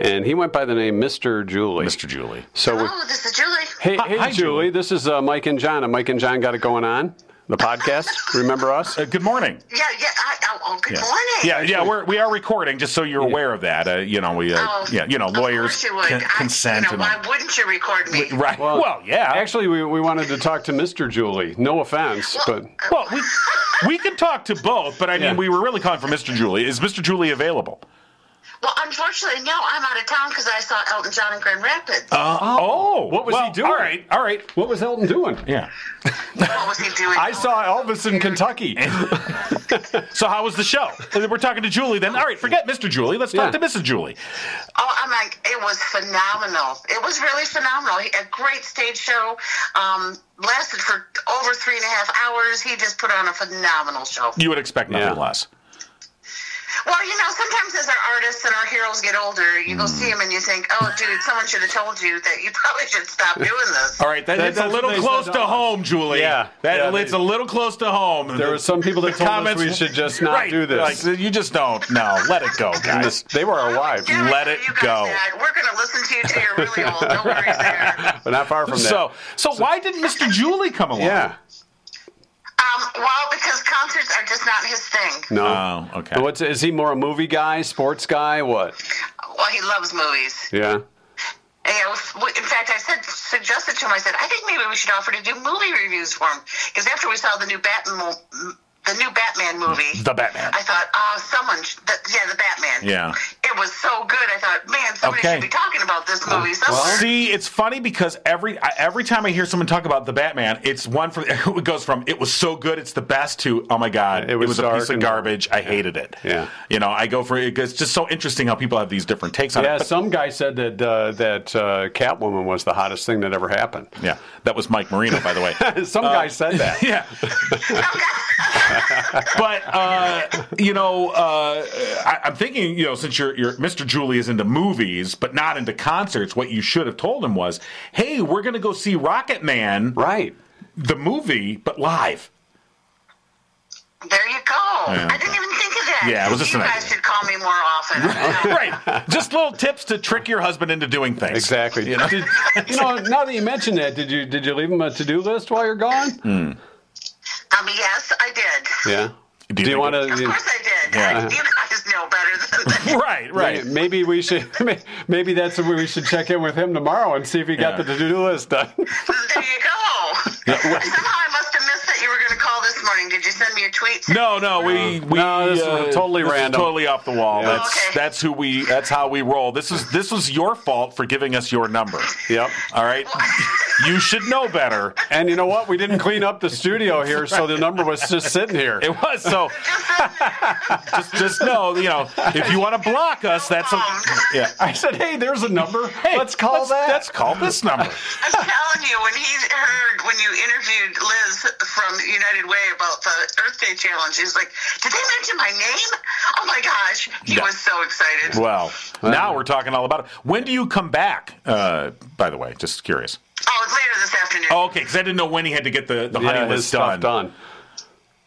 Speaker 3: and he went by the name Mr. Julie.
Speaker 2: Mr. Julie.
Speaker 3: So
Speaker 5: Ah!
Speaker 3: we,
Speaker 6: Hello, Oh, this is Julie.
Speaker 3: hey,
Speaker 2: Hi-
Speaker 3: hey,
Speaker 2: hi, Julie.
Speaker 3: Julie, this is uh, Mike and John, and Mike and John got it going on the podcast. Remember us?
Speaker 2: Uh, good morning.
Speaker 6: Yeah, yeah. I, oh, oh, good
Speaker 2: Yeah.
Speaker 6: morning.
Speaker 2: Yeah, yeah, we're, we are recording, just so you're aware of that. Uh, you know, we, uh,
Speaker 6: Oh,
Speaker 2: yeah, you know,
Speaker 6: of
Speaker 2: lawyers
Speaker 6: course you would.
Speaker 2: con-
Speaker 6: I-
Speaker 2: consent
Speaker 6: You
Speaker 2: and
Speaker 6: know, why
Speaker 2: all.
Speaker 6: wouldn't you record me?
Speaker 2: Right. Well, yeah.
Speaker 3: Actually, we, we wanted to talk to Mr. Julie. No offense, but
Speaker 2: well, we we can talk to both, but I mean,
Speaker 3: Yeah.
Speaker 2: we were really calling for Mr. Julie. Is Mr. Julie available?
Speaker 6: Well, unfortunately, no. I'm out of town because I saw Elton John in Grand Rapids.
Speaker 2: Uh, oh,
Speaker 3: What was
Speaker 2: well,
Speaker 3: he doing?
Speaker 2: All right, all right.
Speaker 3: what was Elton doing?
Speaker 2: Yeah.
Speaker 6: what was he doing?
Speaker 3: I saw Elvis in Kentucky.
Speaker 2: So how was the show? We're talking to Julie then. All right, forget Mr. Julie. Let's talk to
Speaker 3: Yeah.
Speaker 2: Mrs. Julie.
Speaker 6: Oh, I'm like, it was phenomenal. It was really phenomenal. He- A great stage show. Um, lasted for over three and a half hours. He just put on a phenomenal show.
Speaker 2: You would expect nothing
Speaker 3: Yeah.
Speaker 2: less.
Speaker 6: Well, you know, sometimes as our artists and our heroes get older, you
Speaker 2: Mm.
Speaker 6: go see them and you think, oh, dude, someone should have told you that you probably should stop doing this.
Speaker 2: All right, that,
Speaker 3: That-
Speaker 2: it's a
Speaker 3: that's
Speaker 2: little
Speaker 3: what they
Speaker 2: close
Speaker 3: said
Speaker 2: to
Speaker 3: to us.
Speaker 2: home, Julie.
Speaker 3: Yeah.
Speaker 2: that
Speaker 3: Yeah,
Speaker 2: it's
Speaker 3: they-
Speaker 2: a little close to home.
Speaker 3: There were some people that told us we should just not
Speaker 2: Right,
Speaker 3: do this.
Speaker 2: like, you just don't. No, let it go,
Speaker 3: And
Speaker 2: guys.
Speaker 3: this- They were our wives.
Speaker 6: Yeah,
Speaker 2: let
Speaker 6: you
Speaker 2: it
Speaker 6: guys
Speaker 2: go.
Speaker 6: dad. We're going to listen to you till you're really old. No worries there.
Speaker 3: But not far from that.
Speaker 2: So, so why didn't Mr. Julie come along?
Speaker 3: yeah.
Speaker 6: Um, well, because concerts are just not his thing.
Speaker 3: No.
Speaker 2: Oh, okay.
Speaker 3: What's is he more a movie guy, sports guy, what?
Speaker 6: Well, he loves movies.
Speaker 3: Yeah.
Speaker 6: And I was- w- in fact, I said suggested to him. I said, I think maybe we should offer to do movie reviews for him because after we saw the new Batman, the new Batman movie,
Speaker 2: The Batman.
Speaker 6: I thought, oh, someone, sh- the, yeah, the Batman,
Speaker 2: Yeah.
Speaker 6: it was so good. I thought, man, somebody
Speaker 2: Okay.
Speaker 6: should be talking about this movie somewhere.
Speaker 2: See, it's funny because every I- every time I hear someone talk about the Batman, it's one from it goes from it was so good, it's the best to oh my god,
Speaker 3: It
Speaker 2: it was,
Speaker 3: was
Speaker 2: a
Speaker 3: dark
Speaker 2: piece of
Speaker 3: and-
Speaker 2: garbage, I hated it.
Speaker 3: Yeah.
Speaker 2: you know, I go for it. It's just so interesting how people have these different takes on
Speaker 3: Yeah,
Speaker 2: it. But-
Speaker 3: some guy said that uh, that uh, Catwoman was the hottest thing that ever happened.
Speaker 2: yeah, that was Mike Marino, by the way.
Speaker 3: Some guy said that.
Speaker 2: yeah, but uh, you know, uh, I, I'm thinking, you know, since you're, you're Mr. Julie is into movies, but not into concerts, what you should have told him was, "Hey, we're going to go see Rocket Man,
Speaker 3: Right.
Speaker 2: the movie, but live."
Speaker 6: There you go.
Speaker 2: Yeah.
Speaker 6: I didn't even think of that.
Speaker 2: Yeah, it was just
Speaker 6: you
Speaker 2: an
Speaker 6: guys
Speaker 2: idea.
Speaker 6: should call me more often.
Speaker 2: right. Just little tips to trick your husband into doing things.
Speaker 3: Exactly.
Speaker 2: You know?
Speaker 3: Did- you know, now that you mentioned that, did you did you leave him a to do list while you're gone?
Speaker 6: Um, yes, I did.
Speaker 3: Yeah.
Speaker 2: you
Speaker 3: Do you,
Speaker 2: think
Speaker 3: want
Speaker 6: Of
Speaker 3: to?
Speaker 6: course, I did.
Speaker 2: Yeah.
Speaker 6: I, you guys know better than that.
Speaker 2: Right, right.
Speaker 3: Maybe we should. Maybe that's where we should check in with him tomorrow and see if he got
Speaker 2: Yeah.
Speaker 3: the to do list done.
Speaker 6: There you go. Somehow I must have missed that you were going to call this morning. Did you send me a tweet?
Speaker 2: No, no, we we uh,
Speaker 3: No, this is totally
Speaker 2: this is
Speaker 3: random.
Speaker 2: totally off the wall.
Speaker 3: Yeah.
Speaker 2: That's
Speaker 6: Okay.
Speaker 2: that's who we that's how we roll. This is this was your fault for giving us your number.
Speaker 3: yep.
Speaker 2: All right, you should know better.
Speaker 3: And you know what? We didn't clean up the studio here, so the number was just sitting here.
Speaker 2: It was so. just just know you know if you want to block us, that's a, yeah.
Speaker 3: I said, "Hey, there's a number.
Speaker 2: Hey,
Speaker 3: let's call that."
Speaker 2: Let's call this number.
Speaker 6: I'm telling you, when he heard when you interviewed Liz from United Way about the Earth Day challenge, he's like, "Did they mention my name? Oh my gosh!" He
Speaker 2: Yeah.
Speaker 6: was so excited.
Speaker 2: Well, now we're talking all about it. When do you come back? Uh, by the way, just curious.
Speaker 6: Oh, it's later this afternoon.
Speaker 2: Oh, okay, because I didn't know when he had to get the, the honey
Speaker 3: yeah, his
Speaker 2: list done.
Speaker 3: stuff done.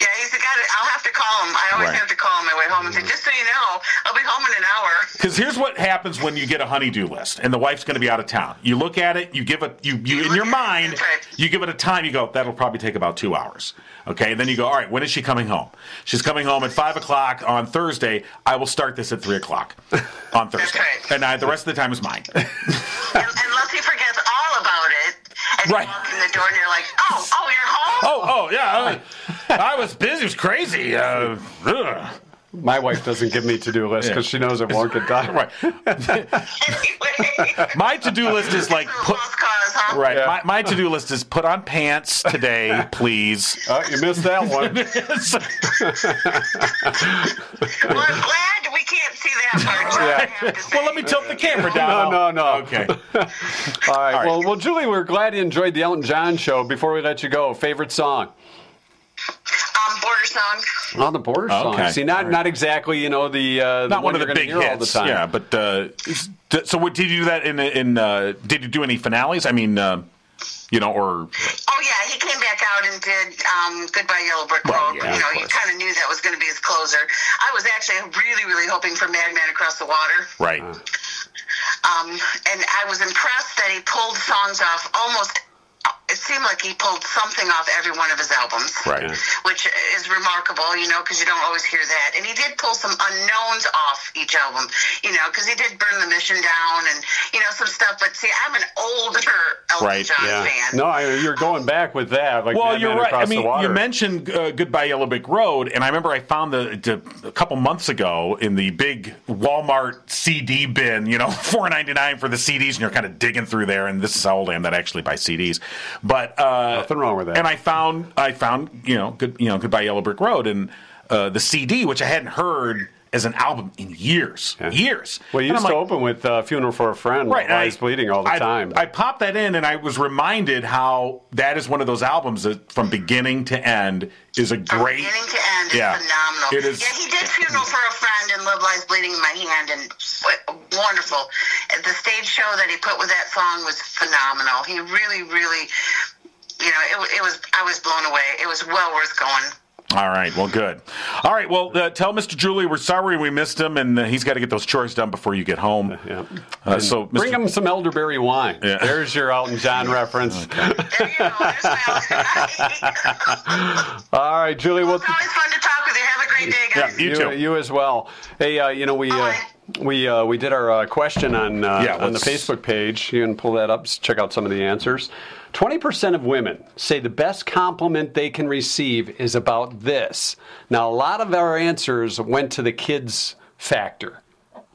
Speaker 6: Yeah, he's the guy. That, I'll have to call him. I always
Speaker 2: Right.
Speaker 6: have to call him my way home and say, "Just so you know, I'll be home in an hour."
Speaker 2: Because here's what happens when you get a honeydew list, and the wife's going to be out of town. You look at it, you give it, you, you in your mind, you give it a time. You go, that'll probably take about two hours. Okay, and then you go, all right, when is she coming home? She's coming home at five o'clock on Thursday. I will start this at three o'clock on Thursday,
Speaker 6: right.
Speaker 2: and I, the rest of the time is mine.
Speaker 6: And, unless he forgets all about it, and
Speaker 2: Right.
Speaker 6: you walk in the door and you're like, "Oh, oh, you're home."
Speaker 2: Oh, oh yeah, I, I was busy. It was crazy. Uh, ugh.
Speaker 3: My wife doesn't give me to do lists because she knows it won't get done.
Speaker 2: Right.
Speaker 6: Anyway.
Speaker 2: My to do list is like put.
Speaker 6: lost cause, huh?
Speaker 2: Right.
Speaker 3: Yeah.
Speaker 2: My, my to do list is put on pants today, please.
Speaker 3: Oh, you missed that one.
Speaker 6: Well, I'm glad we can't see that part. John, I have to say.
Speaker 2: Well, let me tilt the camera
Speaker 3: No,
Speaker 2: down.
Speaker 3: no, no.
Speaker 2: Okay.
Speaker 3: All right. Well, well, Julie, we're glad you enjoyed the Elton John show. Before we let you go, favorite song?
Speaker 6: Um, border song.
Speaker 3: Oh, the border song.
Speaker 2: Okay.
Speaker 3: See, not not exactly. You know the uh, the
Speaker 2: Not one, of
Speaker 3: you're
Speaker 2: the
Speaker 3: gonna
Speaker 2: big
Speaker 3: hear
Speaker 2: hits.
Speaker 3: all the time.
Speaker 2: Yeah, but uh, is- d- so what, did you do that in in uh, did you do any finales? I mean, uh, you know, or
Speaker 6: Oh yeah, he came back out. out and did um, Goodbye Yellow Brick
Speaker 2: Well,
Speaker 6: Road.
Speaker 2: yeah,
Speaker 6: you
Speaker 2: of
Speaker 6: know, you
Speaker 2: course.
Speaker 6: kind of knew that was going to be his closer. I was actually really, really hoping for Madman Across the Water.
Speaker 2: Right.
Speaker 3: Uh,
Speaker 6: Um, and I was impressed that he pulled songs off almost. It seemed like he pulled something off every one of his albums,
Speaker 2: Right.
Speaker 6: which is remarkable, you know, because you don't always hear that. And he did pull some unknowns off each album, you know, because he did burn the mission down and you know some stuff. But see, I'm an older Elton
Speaker 2: Right,
Speaker 6: John
Speaker 3: Yeah.
Speaker 6: fan.
Speaker 3: No, I, you're going back with that. Like
Speaker 2: Well,
Speaker 3: Madman
Speaker 2: you're right. I
Speaker 3: Across the
Speaker 2: mean,
Speaker 3: Water.
Speaker 2: you mentioned uh, Goodbye Yellow Brick Road, and I remember I found the, the a couple months ago in the big Walmart CD bin, you know, four ninety nine for the CDs, and you're kind of digging through there. And this is how old I am that I actually buy CDs, but uh,
Speaker 3: Nothing wrong with that.
Speaker 2: And I found I found you know good you know Goodbye Yellow Brick Road and uh, the CD, which I hadn't heard as an album in years, years.
Speaker 3: well, you
Speaker 2: And
Speaker 3: used
Speaker 2: I'm
Speaker 3: to
Speaker 2: like,
Speaker 3: open with uh, "Funeral for a Friend,"
Speaker 2: Right, and
Speaker 3: Lies bleeding all the
Speaker 2: I-
Speaker 3: time.
Speaker 2: I popped that in, and I was reminded how that is one of those albums that, from beginning to end, is a
Speaker 6: From
Speaker 2: great.
Speaker 6: beginning to end is
Speaker 2: Yeah.
Speaker 6: phenomenal.
Speaker 2: It is-
Speaker 6: Yeah, he did Funeral for a Friend and Love Lies Bleeding in My Hand, and w- wonderful. The stage show that he put with that song was phenomenal. He really, really, you know, it, wa- it was. I was blown away. It was well worth going.
Speaker 2: All right, well, good. All right, well, uh, tell Mr. Julie we're sorry we missed him, and uh, he's got to get those chores done before you get home.
Speaker 3: Yeah.
Speaker 2: Uh, so,
Speaker 3: Bring
Speaker 2: Mr.
Speaker 3: him some elderberry wine.
Speaker 2: Yeah.
Speaker 3: There's your Elton John reference.
Speaker 6: There you go. There's my It's
Speaker 3: All right, Julie. Well,
Speaker 6: always fun to talk with you. Have a great day, guys.
Speaker 2: Yeah, you
Speaker 3: you,
Speaker 2: too.
Speaker 3: you as well. Hey, uh, you know we uh,
Speaker 6: Bye.
Speaker 3: we uh, we did our uh, question on uh,
Speaker 2: Yeah,
Speaker 3: on the
Speaker 2: let's-
Speaker 3: Facebook page. You can pull that up. s- Check out some of the answers. Twenty percent of women say the best compliment they can receive is about this. Now, a lot of our answers went to the kids factor.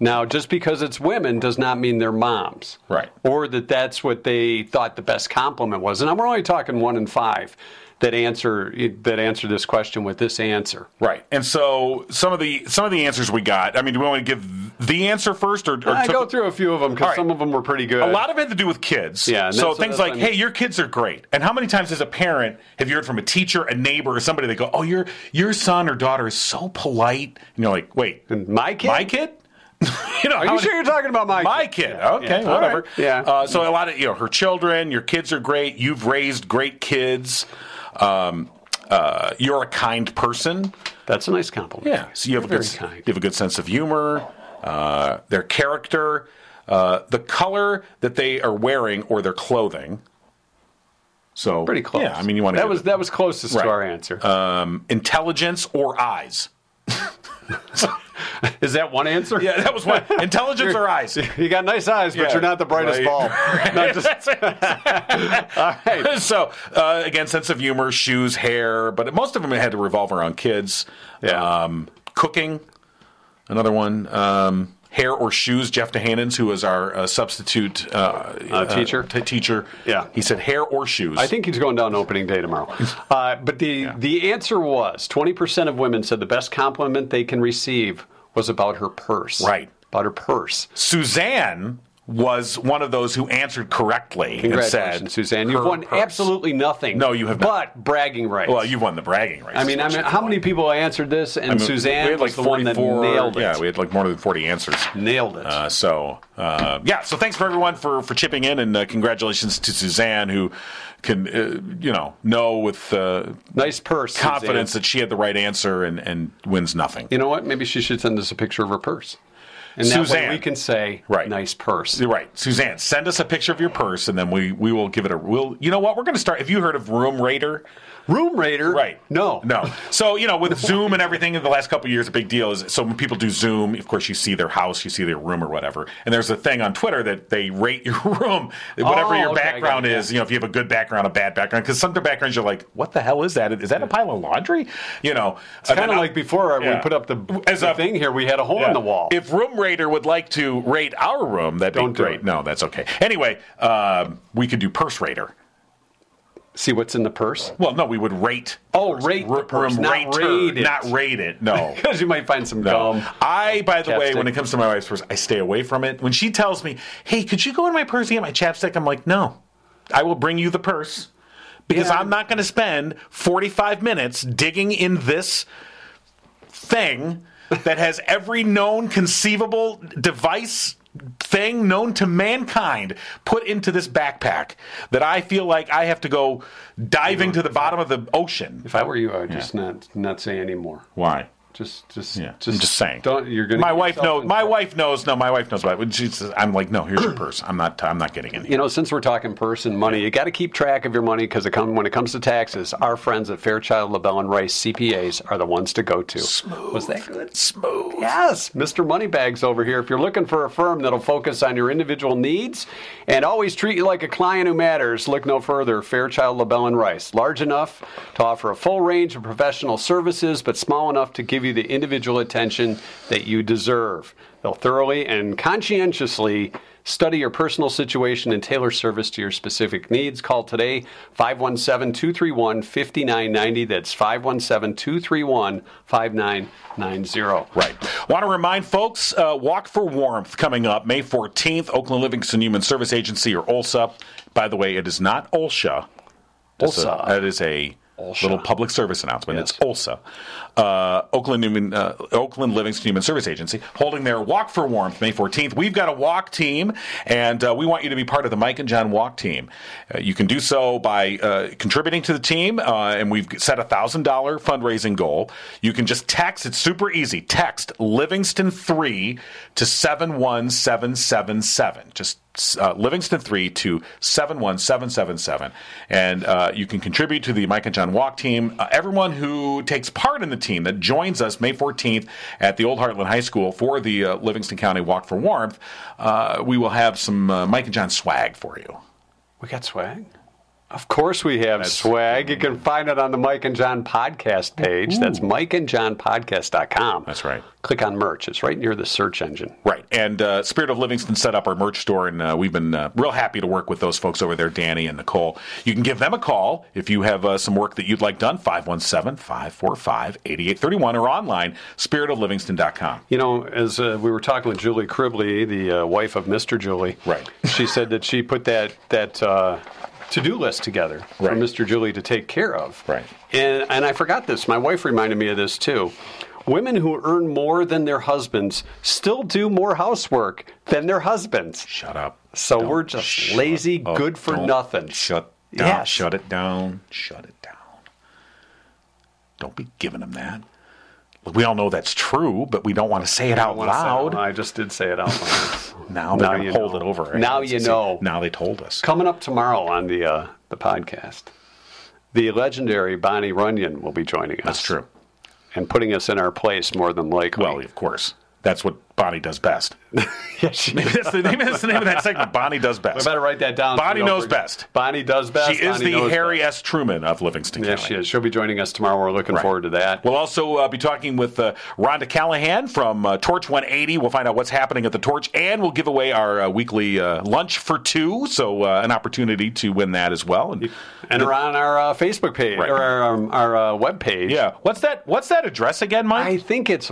Speaker 3: Now, just because it's women does not mean they're moms,
Speaker 2: Right.
Speaker 3: Or that that's what they thought the best compliment was. And we're only talking one in five that answer that answer this question with this answer.
Speaker 2: Right, and so some of the some of the answers we got. I mean, do we want to give the answer first, or, or
Speaker 3: I
Speaker 2: took-
Speaker 3: Uh, go through a few of them because
Speaker 2: All right.
Speaker 3: some of them were pretty good.
Speaker 2: a lot of it had to do with kids?
Speaker 3: Yeah, and
Speaker 2: So
Speaker 3: that's-
Speaker 2: things
Speaker 3: that's
Speaker 2: like,
Speaker 3: what I
Speaker 2: "Hey,
Speaker 3: mean.
Speaker 2: your kids are great," and how many times as a parent have you heard from a teacher, a neighbor, or somebody that go, "Oh, your your son or daughter is so polite," and you're like, "Wait,
Speaker 3: And my kid.
Speaker 2: my kid? you know,
Speaker 3: Are you sure you're talking about my?
Speaker 2: my
Speaker 3: kid?
Speaker 2: kid? Okay,
Speaker 3: Yeah. All
Speaker 2: whatever.
Speaker 3: right. Yeah.
Speaker 2: Uh, so a lot of you know her children. Your kids are great. You've raised great kids. Um, uh, you're a kind person.
Speaker 3: That's a nice compliment.
Speaker 2: Yeah. So you have a
Speaker 3: Very
Speaker 2: good
Speaker 3: kind.
Speaker 2: you have a good sense of humor. Uh, their character, uh, the color that they are wearing or their clothing. So
Speaker 3: Pretty close.
Speaker 2: Yeah. I mean, you want to
Speaker 3: that was that was closest
Speaker 2: Right.
Speaker 3: to our answer.
Speaker 2: um, intelligence or eyes.
Speaker 3: Is that one answer?
Speaker 2: Yeah, that was one. intelligence or eyes.
Speaker 3: You got nice eyes, but
Speaker 2: Yeah.
Speaker 3: you're not the brightest
Speaker 2: Right.
Speaker 3: ball. No, just, all right.
Speaker 2: so uh, again, sense of humor, shoes, hair, but most of them had to revolve around kids.
Speaker 3: Yeah.
Speaker 2: Um, cooking, another one. Um, hair or shoes. Jeff DeHanens, who was our uh, substitute uh,
Speaker 3: teacher?
Speaker 2: t- teacher.
Speaker 3: Yeah.
Speaker 2: he said hair or shoes.
Speaker 3: I think he's going down opening day tomorrow. Uh, but the the answer was twenty percent of women said the best compliment they can receive was about her purse.
Speaker 2: Right.
Speaker 3: About her purse.
Speaker 2: Suzanne was one of those who answered correctly and
Speaker 3: Congratulations,
Speaker 2: said,
Speaker 3: Suzanne. You've
Speaker 2: her
Speaker 3: won
Speaker 2: purse.
Speaker 3: absolutely nothing.
Speaker 2: No, you have not.
Speaker 3: But bragging rights.
Speaker 2: Well, you've won the bragging rights.
Speaker 3: I mean, I
Speaker 2: which
Speaker 3: mean,
Speaker 2: is
Speaker 3: how
Speaker 2: the
Speaker 3: many
Speaker 2: one.
Speaker 3: people answered this? And
Speaker 2: I mean,
Speaker 3: Suzanne
Speaker 2: we had like
Speaker 3: was the one that
Speaker 2: 44
Speaker 3: nailed it.
Speaker 2: Yeah, we had like more than forty answers.
Speaker 3: nailed it.
Speaker 2: Uh, so uh, yeah, so thanks for everyone for for chipping in, and uh, congratulations to Suzanne who can uh, you know know with uh,
Speaker 3: nice purse. Suzanne.
Speaker 2: confidence that she had the right answer and and wins nothing.
Speaker 3: You know what? Maybe she should send us a picture of her purse. And that
Speaker 2: Suzanne.
Speaker 3: way we can say,
Speaker 2: Right.
Speaker 3: nice purse.
Speaker 2: You're right, Suzanne. Send us a picture of your purse, and then we we will give it a. We'll you know what we're going to start. Have you heard of Room Raider?
Speaker 3: Room Raider?
Speaker 2: Right.
Speaker 3: No.
Speaker 2: No. So, you know, with Zoom and everything in the last couple of years, a big deal is so when people do Zoom, of course, you see their house, you see their room or whatever. And there's a thing on Twitter that they rate your room, whatever your
Speaker 3: Oh, okay, I got
Speaker 2: background
Speaker 3: it, yeah.
Speaker 2: is, you know, if you have a good background, a bad background. Because some of the backgrounds, you're like, what the hell is that? Is that a pile of laundry? You know, it's
Speaker 3: Kind of like before uh,
Speaker 2: Yeah.
Speaker 3: we put up the,
Speaker 2: As
Speaker 3: the
Speaker 2: a-
Speaker 3: thing here, we had a hole in the wall.
Speaker 2: If Room Raider would like to rate our room, that'd
Speaker 3: Don't
Speaker 2: be
Speaker 3: do
Speaker 2: great.
Speaker 3: it.
Speaker 2: No, that's okay. Anyway, um, we could do Purse Raider.
Speaker 3: See what's in the purse?
Speaker 2: Well, no, we would rate.
Speaker 3: Oh, rate the
Speaker 2: Ru-
Speaker 3: purse,
Speaker 2: room
Speaker 3: not
Speaker 2: rater,
Speaker 3: raid it.
Speaker 2: not rate it. No.
Speaker 3: Because you might find some
Speaker 2: No.
Speaker 3: gum.
Speaker 2: I, by the way,
Speaker 3: Chapstick.
Speaker 2: when it comes to my wife's purse, I stay away from it. When she tells me, "Hey, could you go in my purse and get my chapstick?" I'm like, "No, I will bring you the purse because
Speaker 3: Yeah.
Speaker 2: I'm not going to spend 45 minutes digging in this thing that has every known conceivable device thing known to mankind put into this backpack that I feel like I have to go diving to the bottom of the ocean.
Speaker 3: If I were you, I would just not not say anymore.
Speaker 2: Why?
Speaker 3: Just, just,
Speaker 2: Yeah,
Speaker 3: just,
Speaker 2: I'm just saying.
Speaker 3: Don't. You're gonna.
Speaker 2: My
Speaker 3: get
Speaker 2: wife
Speaker 3: yourself
Speaker 2: knows.
Speaker 3: in
Speaker 2: My
Speaker 3: trouble.
Speaker 2: wife knows. No, my wife knows about it. She says, "I'm like, no, here's your purse. I'm not. I'm not getting any."
Speaker 3: You know, since we're talking person money, you got to keep track of your money because it come, when it comes to taxes, our friends at Fairchild, LaBelle, and Rice CPAs are the ones to go to. Was that good?
Speaker 2: Smooth.
Speaker 3: Yes, Mr. Moneybags over here. If you're looking for a firm that'll focus on your individual needs and always treat you like a client who matters, look no further. Fairchild LaBelle and Rice, large enough to offer a full range of professional services, but small enough to give you the individual attention that you deserve. They'll thoroughly and conscientiously study your personal situation and tailor service to your specific needs. Call today 517 231 5990. That's 517 231 5990.
Speaker 2: Right. Want to remind folks, uh, Walk for Warmth coming up May 14th, Oakland Livingston Human Service Agency, or OLSA. By the way, it is not OLSHA. That's a-
Speaker 3: OLSA.
Speaker 2: That is a little public service announcement.
Speaker 3: Yes.
Speaker 2: It's OLSA. Uh, Oakland, Human, uh, Oakland Livingston Human Service Agency, holding their Walk for Warmth May 14th. We've got a walk team, and uh, we want you to be part of the Mike and John walk team. Uh, you can do so by uh, contributing to the team, uh, and we've set a $1,000 fundraising goal. You can just text, it's super easy. Text Livingston 3 to 71777. Just uh, Livingston 3 to 71777. And uh, you can contribute to the Mike and John Walk team. Uh, everyone who takes part in the team that joins us May 14th at the Old Heartland High School for the uh, Livingston County Walk for Warmth, uh, we will have some uh, Mike and John swag for you.
Speaker 3: We got swag? Of course we have swag. You can find it on the Mike and John podcast page. That's mikeandjohnpodcast.com.
Speaker 2: That's right.
Speaker 3: Click on merch. It's right near the search engine.
Speaker 2: Right. And uh, Spirit of Livingston set up our merch store, and uh, we've been uh, real happy to work with those folks over there, Danny and Nicole. You can give them a call if you have uh, some work that you'd like done, 517 545 8831, or online, spiritoflivingston.com.
Speaker 3: You know, as uh, we were talking with Julie Cribley, the uh, wife of Mr. Julie,
Speaker 2: Right.
Speaker 3: She said that she put that that uh, to do list together for
Speaker 2: Right.
Speaker 3: Mr. Julie to take care of.
Speaker 2: Right.
Speaker 3: And and I forgot this. My wife reminded me of this too. Women who earn more than their husbands still do more housework than their husbands.
Speaker 2: Shut up.
Speaker 3: So
Speaker 2: Don't
Speaker 3: we're just
Speaker 2: shut
Speaker 3: lazy,
Speaker 2: up.
Speaker 3: good for
Speaker 2: Don't
Speaker 3: nothing.
Speaker 2: Shut down.
Speaker 3: Yes.
Speaker 2: Shut it down. Shut it down. Don't be giving them that. Look, We all know that's true, but we don't want to say it out
Speaker 3: Wanna say it
Speaker 2: loud.
Speaker 3: I just did say it out loud.
Speaker 2: Now they're
Speaker 3: Now
Speaker 2: going
Speaker 3: you
Speaker 2: to hold
Speaker 3: know.
Speaker 2: it over. our
Speaker 3: Now
Speaker 2: heads.
Speaker 3: you
Speaker 2: See,
Speaker 3: know.
Speaker 2: Now they told us.
Speaker 3: Coming up tomorrow on the uh, the podcast, the legendary Bonnie Runyon will be joining us.
Speaker 2: That's true.
Speaker 3: and putting us in our place more than likely.
Speaker 2: Well, of course. That's what Bonnie does best.
Speaker 3: yes, she
Speaker 2: Maybe that's, the name, that's the name of that segment. Bonnie does best.
Speaker 3: I better write that down. so
Speaker 2: Bonnie
Speaker 3: we don't
Speaker 2: knows
Speaker 3: forget.
Speaker 2: best.
Speaker 3: Bonnie does best.
Speaker 2: She is
Speaker 3: Bonnie
Speaker 2: the
Speaker 3: knows
Speaker 2: Harry
Speaker 3: best.
Speaker 2: S. Truman of Livingston
Speaker 3: Yes,
Speaker 2: County.
Speaker 3: she is. She'll be joining us tomorrow. We're looking
Speaker 2: Right.
Speaker 3: forward to that.
Speaker 2: We'll also uh, be talking with uh, Rhonda Callahan from uh, Torch 180. We'll find out what's happening at the Torch, and we'll give away our uh, weekly uh, lunch for two, so uh, an opportunity to win that as well. And
Speaker 3: and we're on our uh, Facebook page
Speaker 2: Right.
Speaker 3: or our, um, our uh, web page.
Speaker 2: yeah, what's that? What's that address again, Mike?
Speaker 3: I think it's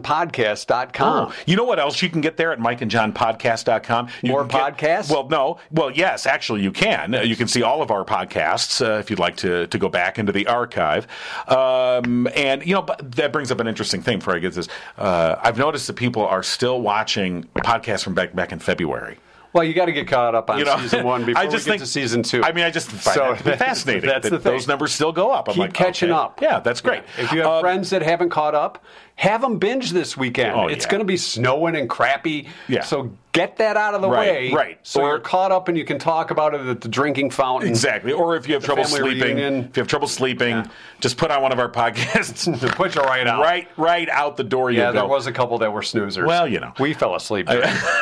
Speaker 3: mikeandjohnpodcast.com.
Speaker 2: Oh, You know what else you can get there at mikeandjohnpodcast.com? You
Speaker 3: More
Speaker 2: can get-
Speaker 3: podcasts?
Speaker 2: Well, no. Well, yes, actually, you can. Uh, You can see all of our podcasts uh, if you'd like to, to go back into the archive. Um, and, you know, but that brings up an interesting thing before I get to this. Uh, I've noticed that people are still watching podcasts from back, back in February.
Speaker 3: Well, you got to get caught up on
Speaker 2: You know,
Speaker 3: season one before we get to season two.
Speaker 2: I mean, I just find
Speaker 3: So
Speaker 2: that to be
Speaker 3: that's-
Speaker 2: fascinating.
Speaker 3: that's
Speaker 2: that
Speaker 3: the thing.
Speaker 2: Those numbers still go up. I'm
Speaker 3: keep
Speaker 2: like,
Speaker 3: catching
Speaker 2: okay.
Speaker 3: up.
Speaker 2: Yeah, that's great.
Speaker 3: If you have
Speaker 2: Um,
Speaker 3: friends that haven't caught up, have them binge this weekend.
Speaker 2: Oh,
Speaker 3: it's
Speaker 2: yeah.
Speaker 3: going to be snowing and crappy.
Speaker 2: Yeah.
Speaker 3: So get that out of the
Speaker 2: Right,
Speaker 3: way.
Speaker 2: right.
Speaker 3: So
Speaker 2: Or-
Speaker 3: you're caught up and you can talk about it at the drinking fountain.
Speaker 2: Exactly. Or if you have trouble
Speaker 3: family
Speaker 2: sleeping,
Speaker 3: reunion.
Speaker 2: if you have trouble sleeping, just put on one of our podcasts.
Speaker 3: Put you right out.
Speaker 2: Right, right out the door you
Speaker 3: Yeah,
Speaker 2: go.
Speaker 3: there was a couple that were snoozers.
Speaker 2: Well, you know.
Speaker 3: We fell asleep.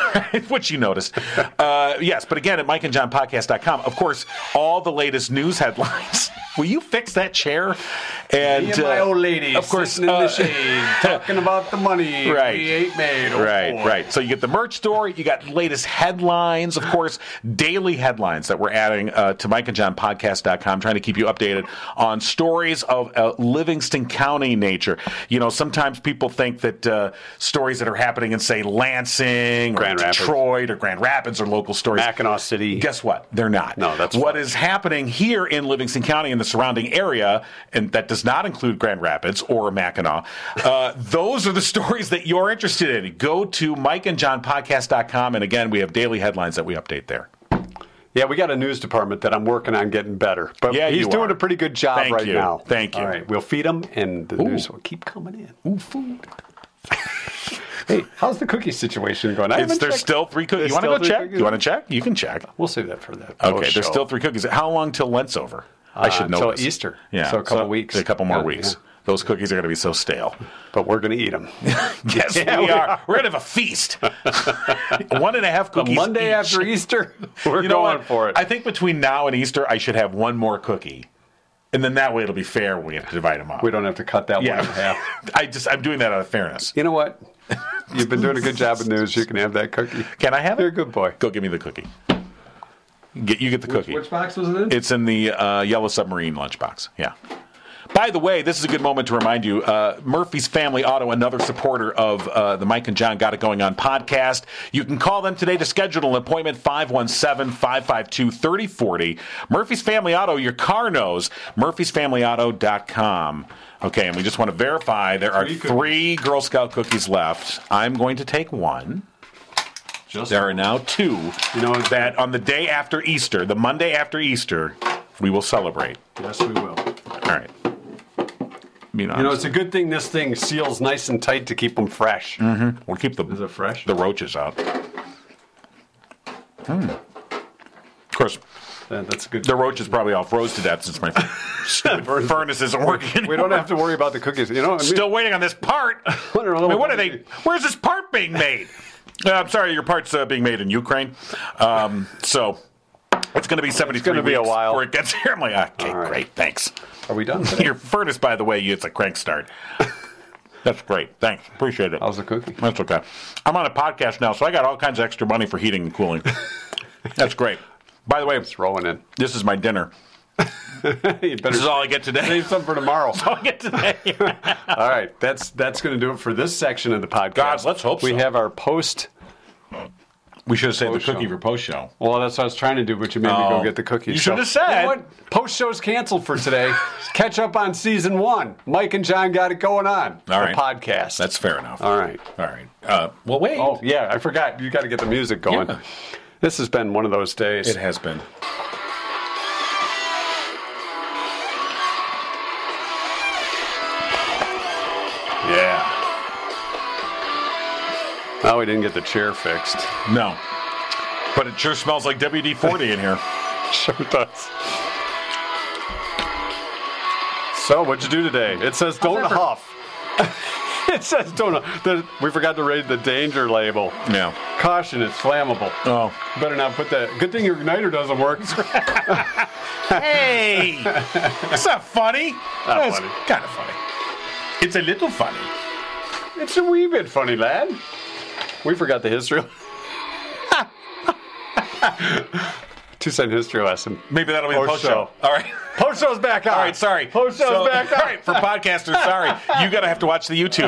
Speaker 2: Which you noticed. Uh, yes, but again, at mikeandjohnpodcast.com, of course, all the latest news headlines. Will you fix that chair? And,
Speaker 3: Me and my
Speaker 2: uh,
Speaker 3: old lady,
Speaker 2: Of course.
Speaker 3: sitting in
Speaker 2: uh,
Speaker 3: the shade, talking about the money
Speaker 2: Right.
Speaker 3: we ain't made. Oh,
Speaker 2: Right,
Speaker 3: boy.
Speaker 2: right. So you get the merch store, you got latest headlines, of course, daily headlines that we're adding uh, to mikeandjohnpodcast.com, trying to keep you updated on stories of uh, Livingston County nature. You know, sometimes people think that uh, stories that are happening in, say, Lansing
Speaker 3: Grand
Speaker 2: or
Speaker 3: Rapids.
Speaker 2: Detroit or Grand Rapids are local stories.
Speaker 3: Mackinac City.
Speaker 2: Guess what? They're not.
Speaker 3: No, that's
Speaker 2: what
Speaker 3: fine.
Speaker 2: is happening here in Livingston County and the surrounding area, and that does does not include Grand Rapids or Mackinac. Uh, those are the stories that you're interested in. Go to mikeandjohnpodcast.com. And again, we have daily headlines that we update there.
Speaker 3: Yeah, we got a news department that I'm working on getting better. But
Speaker 2: Yeah,
Speaker 3: he's
Speaker 2: you
Speaker 3: doing
Speaker 2: are.
Speaker 3: a pretty good job
Speaker 2: Thank
Speaker 3: right
Speaker 2: you.
Speaker 3: now.
Speaker 2: Thank you.
Speaker 3: All right, we'll feed him, and the news will keep coming in. Ooh, food. hey, how's the cookie situation going? I
Speaker 2: Is
Speaker 3: haven't
Speaker 2: there
Speaker 3: checked.
Speaker 2: still three cookies?
Speaker 3: There's
Speaker 2: You want to go
Speaker 3: still three
Speaker 2: check?
Speaker 3: cookies?
Speaker 2: You want to check? You can check.
Speaker 3: We'll save that for that.
Speaker 2: Okay, there's still three cookies. How long till Lent's over? I
Speaker 3: Uh,
Speaker 2: should know.
Speaker 3: till
Speaker 2: this.
Speaker 3: Easter. So a couple weeks.
Speaker 2: A couple more
Speaker 3: Yeah,
Speaker 2: weeks.
Speaker 3: yeah.
Speaker 2: Those cookies are going to be so stale.
Speaker 3: but we're gonna eat them.
Speaker 2: Yes, we, are. We're going to have a feast. one and a half
Speaker 3: The
Speaker 2: cookies.
Speaker 3: Monday
Speaker 2: each.
Speaker 3: after Easter, we're
Speaker 2: You know
Speaker 3: going
Speaker 2: what?
Speaker 3: for it.
Speaker 2: I think between now and Easter, I should have one more cookie, and then that way it'll be fair when we have to divide them up.
Speaker 3: we don't have to cut that
Speaker 2: Yeah.
Speaker 3: one in half.
Speaker 2: I just I'm doing that out of fairness.
Speaker 3: You know what? You've been doing a good job with news. You can have that cookie.
Speaker 2: Can I have it?
Speaker 3: You're a good boy.
Speaker 2: Go give me the cookie. Get you get the cookie.
Speaker 3: Which box was it in?
Speaker 2: It's in the uh, Yellow Submarine lunchbox. Yeah. By the way, this is a good moment to remind you uh, Murphy's Family Auto, another supporter of uh, the Mike and John Got It Going On podcast. You can call them today to schedule an appointment 517 552 3040. Murphy's Family Auto, your car knows. Murphy'sFamilyAuto.com. Okay, and we just want to verify there are
Speaker 3: Three cookies.
Speaker 2: three Girl Scout cookies left. I'm going to take one.
Speaker 3: Just
Speaker 2: There are now two.
Speaker 3: You know
Speaker 2: that on the day after Easter, the Monday after Easter, we will celebrate.
Speaker 3: Yes, we will.
Speaker 2: All right. You know,
Speaker 3: You know, it's a good thing this thing seals nice and tight to keep them fresh.
Speaker 2: we'll keep the
Speaker 3: Is it fresh?
Speaker 2: Mm-hmm. the roaches out. Hmm.
Speaker 3: Hmm.
Speaker 2: Of course,
Speaker 3: Yeah, that's good.
Speaker 2: the roach is probably all froze to death since my stupid furnace isn't working.
Speaker 3: We don't have to worry about the cookies. You know, what I mean?
Speaker 2: Still waiting on this part. I
Speaker 3: What are-
Speaker 2: mean, what are they? Where's this part being made? Uh, I'm sorry, your part's uh, being made in Ukraine. Um, so it's going to be 73
Speaker 3: gonna be a
Speaker 2: weeks
Speaker 3: while.
Speaker 2: before it gets here. I'm like, okay,
Speaker 3: All right.
Speaker 2: great, thanks.
Speaker 3: Are we done?
Speaker 2: Your furnace, by the way, it's a crank start. That's great. Thanks. Appreciate it.
Speaker 3: How's the cookie?
Speaker 2: That's okay. I'm on a podcast now, so I got all kinds of extra money for heating and cooling. That's great. By the way,
Speaker 3: It's rolling in.
Speaker 2: this is my dinner.
Speaker 3: you better
Speaker 2: This is all I get today.
Speaker 3: save some for tomorrow.
Speaker 2: All I get today.
Speaker 3: All right, that's that's going to do it for this section of the podcast.
Speaker 2: God, let's hope
Speaker 3: we
Speaker 2: so.
Speaker 3: have our post.
Speaker 2: we should have saved the
Speaker 3: Post-show.
Speaker 2: cookie for post show.
Speaker 3: Well, that's what I was trying to do, but you made me
Speaker 2: Oh.
Speaker 3: go get the cookies.
Speaker 2: You should have said.
Speaker 3: You know what? Post show's canceled for today. Catch up on season one. Mike and John got it going on.
Speaker 2: All
Speaker 3: the
Speaker 2: right.
Speaker 3: podcast.
Speaker 2: That's fair enough.
Speaker 3: all right.
Speaker 2: All right. Uh, well, wait.
Speaker 3: Oh yeah, I forgot. You got to get the music going.
Speaker 2: Yeah.
Speaker 3: This has been one of those days.
Speaker 2: It has been. Yeah.
Speaker 3: Well, Oh, we didn't get the chair fixed.
Speaker 2: No. But it sure smells like WD 40 in here.
Speaker 3: Sure does. So, what'd you do today? It says don't huff. it says don't huff. The- We forgot to read the danger label.
Speaker 2: Yeah.
Speaker 3: Caution, it's flammable.
Speaker 2: Oh.
Speaker 3: Better not put that. Good thing your igniter doesn't work.
Speaker 2: Hey! That's not funny. That's
Speaker 3: funny.
Speaker 2: kind of funny. It's a little funny.
Speaker 3: it's a wee bit funny, lad. We forgot the history. Two cent history lesson.
Speaker 2: Maybe that'll be the post
Speaker 3: Post
Speaker 2: show.
Speaker 3: show.
Speaker 2: All right.
Speaker 3: Post show's back on.
Speaker 2: All right, sorry.
Speaker 3: Post show's
Speaker 2: So-
Speaker 3: back on.
Speaker 2: All right, for podcasters, sorry. You're going to have to watch the YouTube.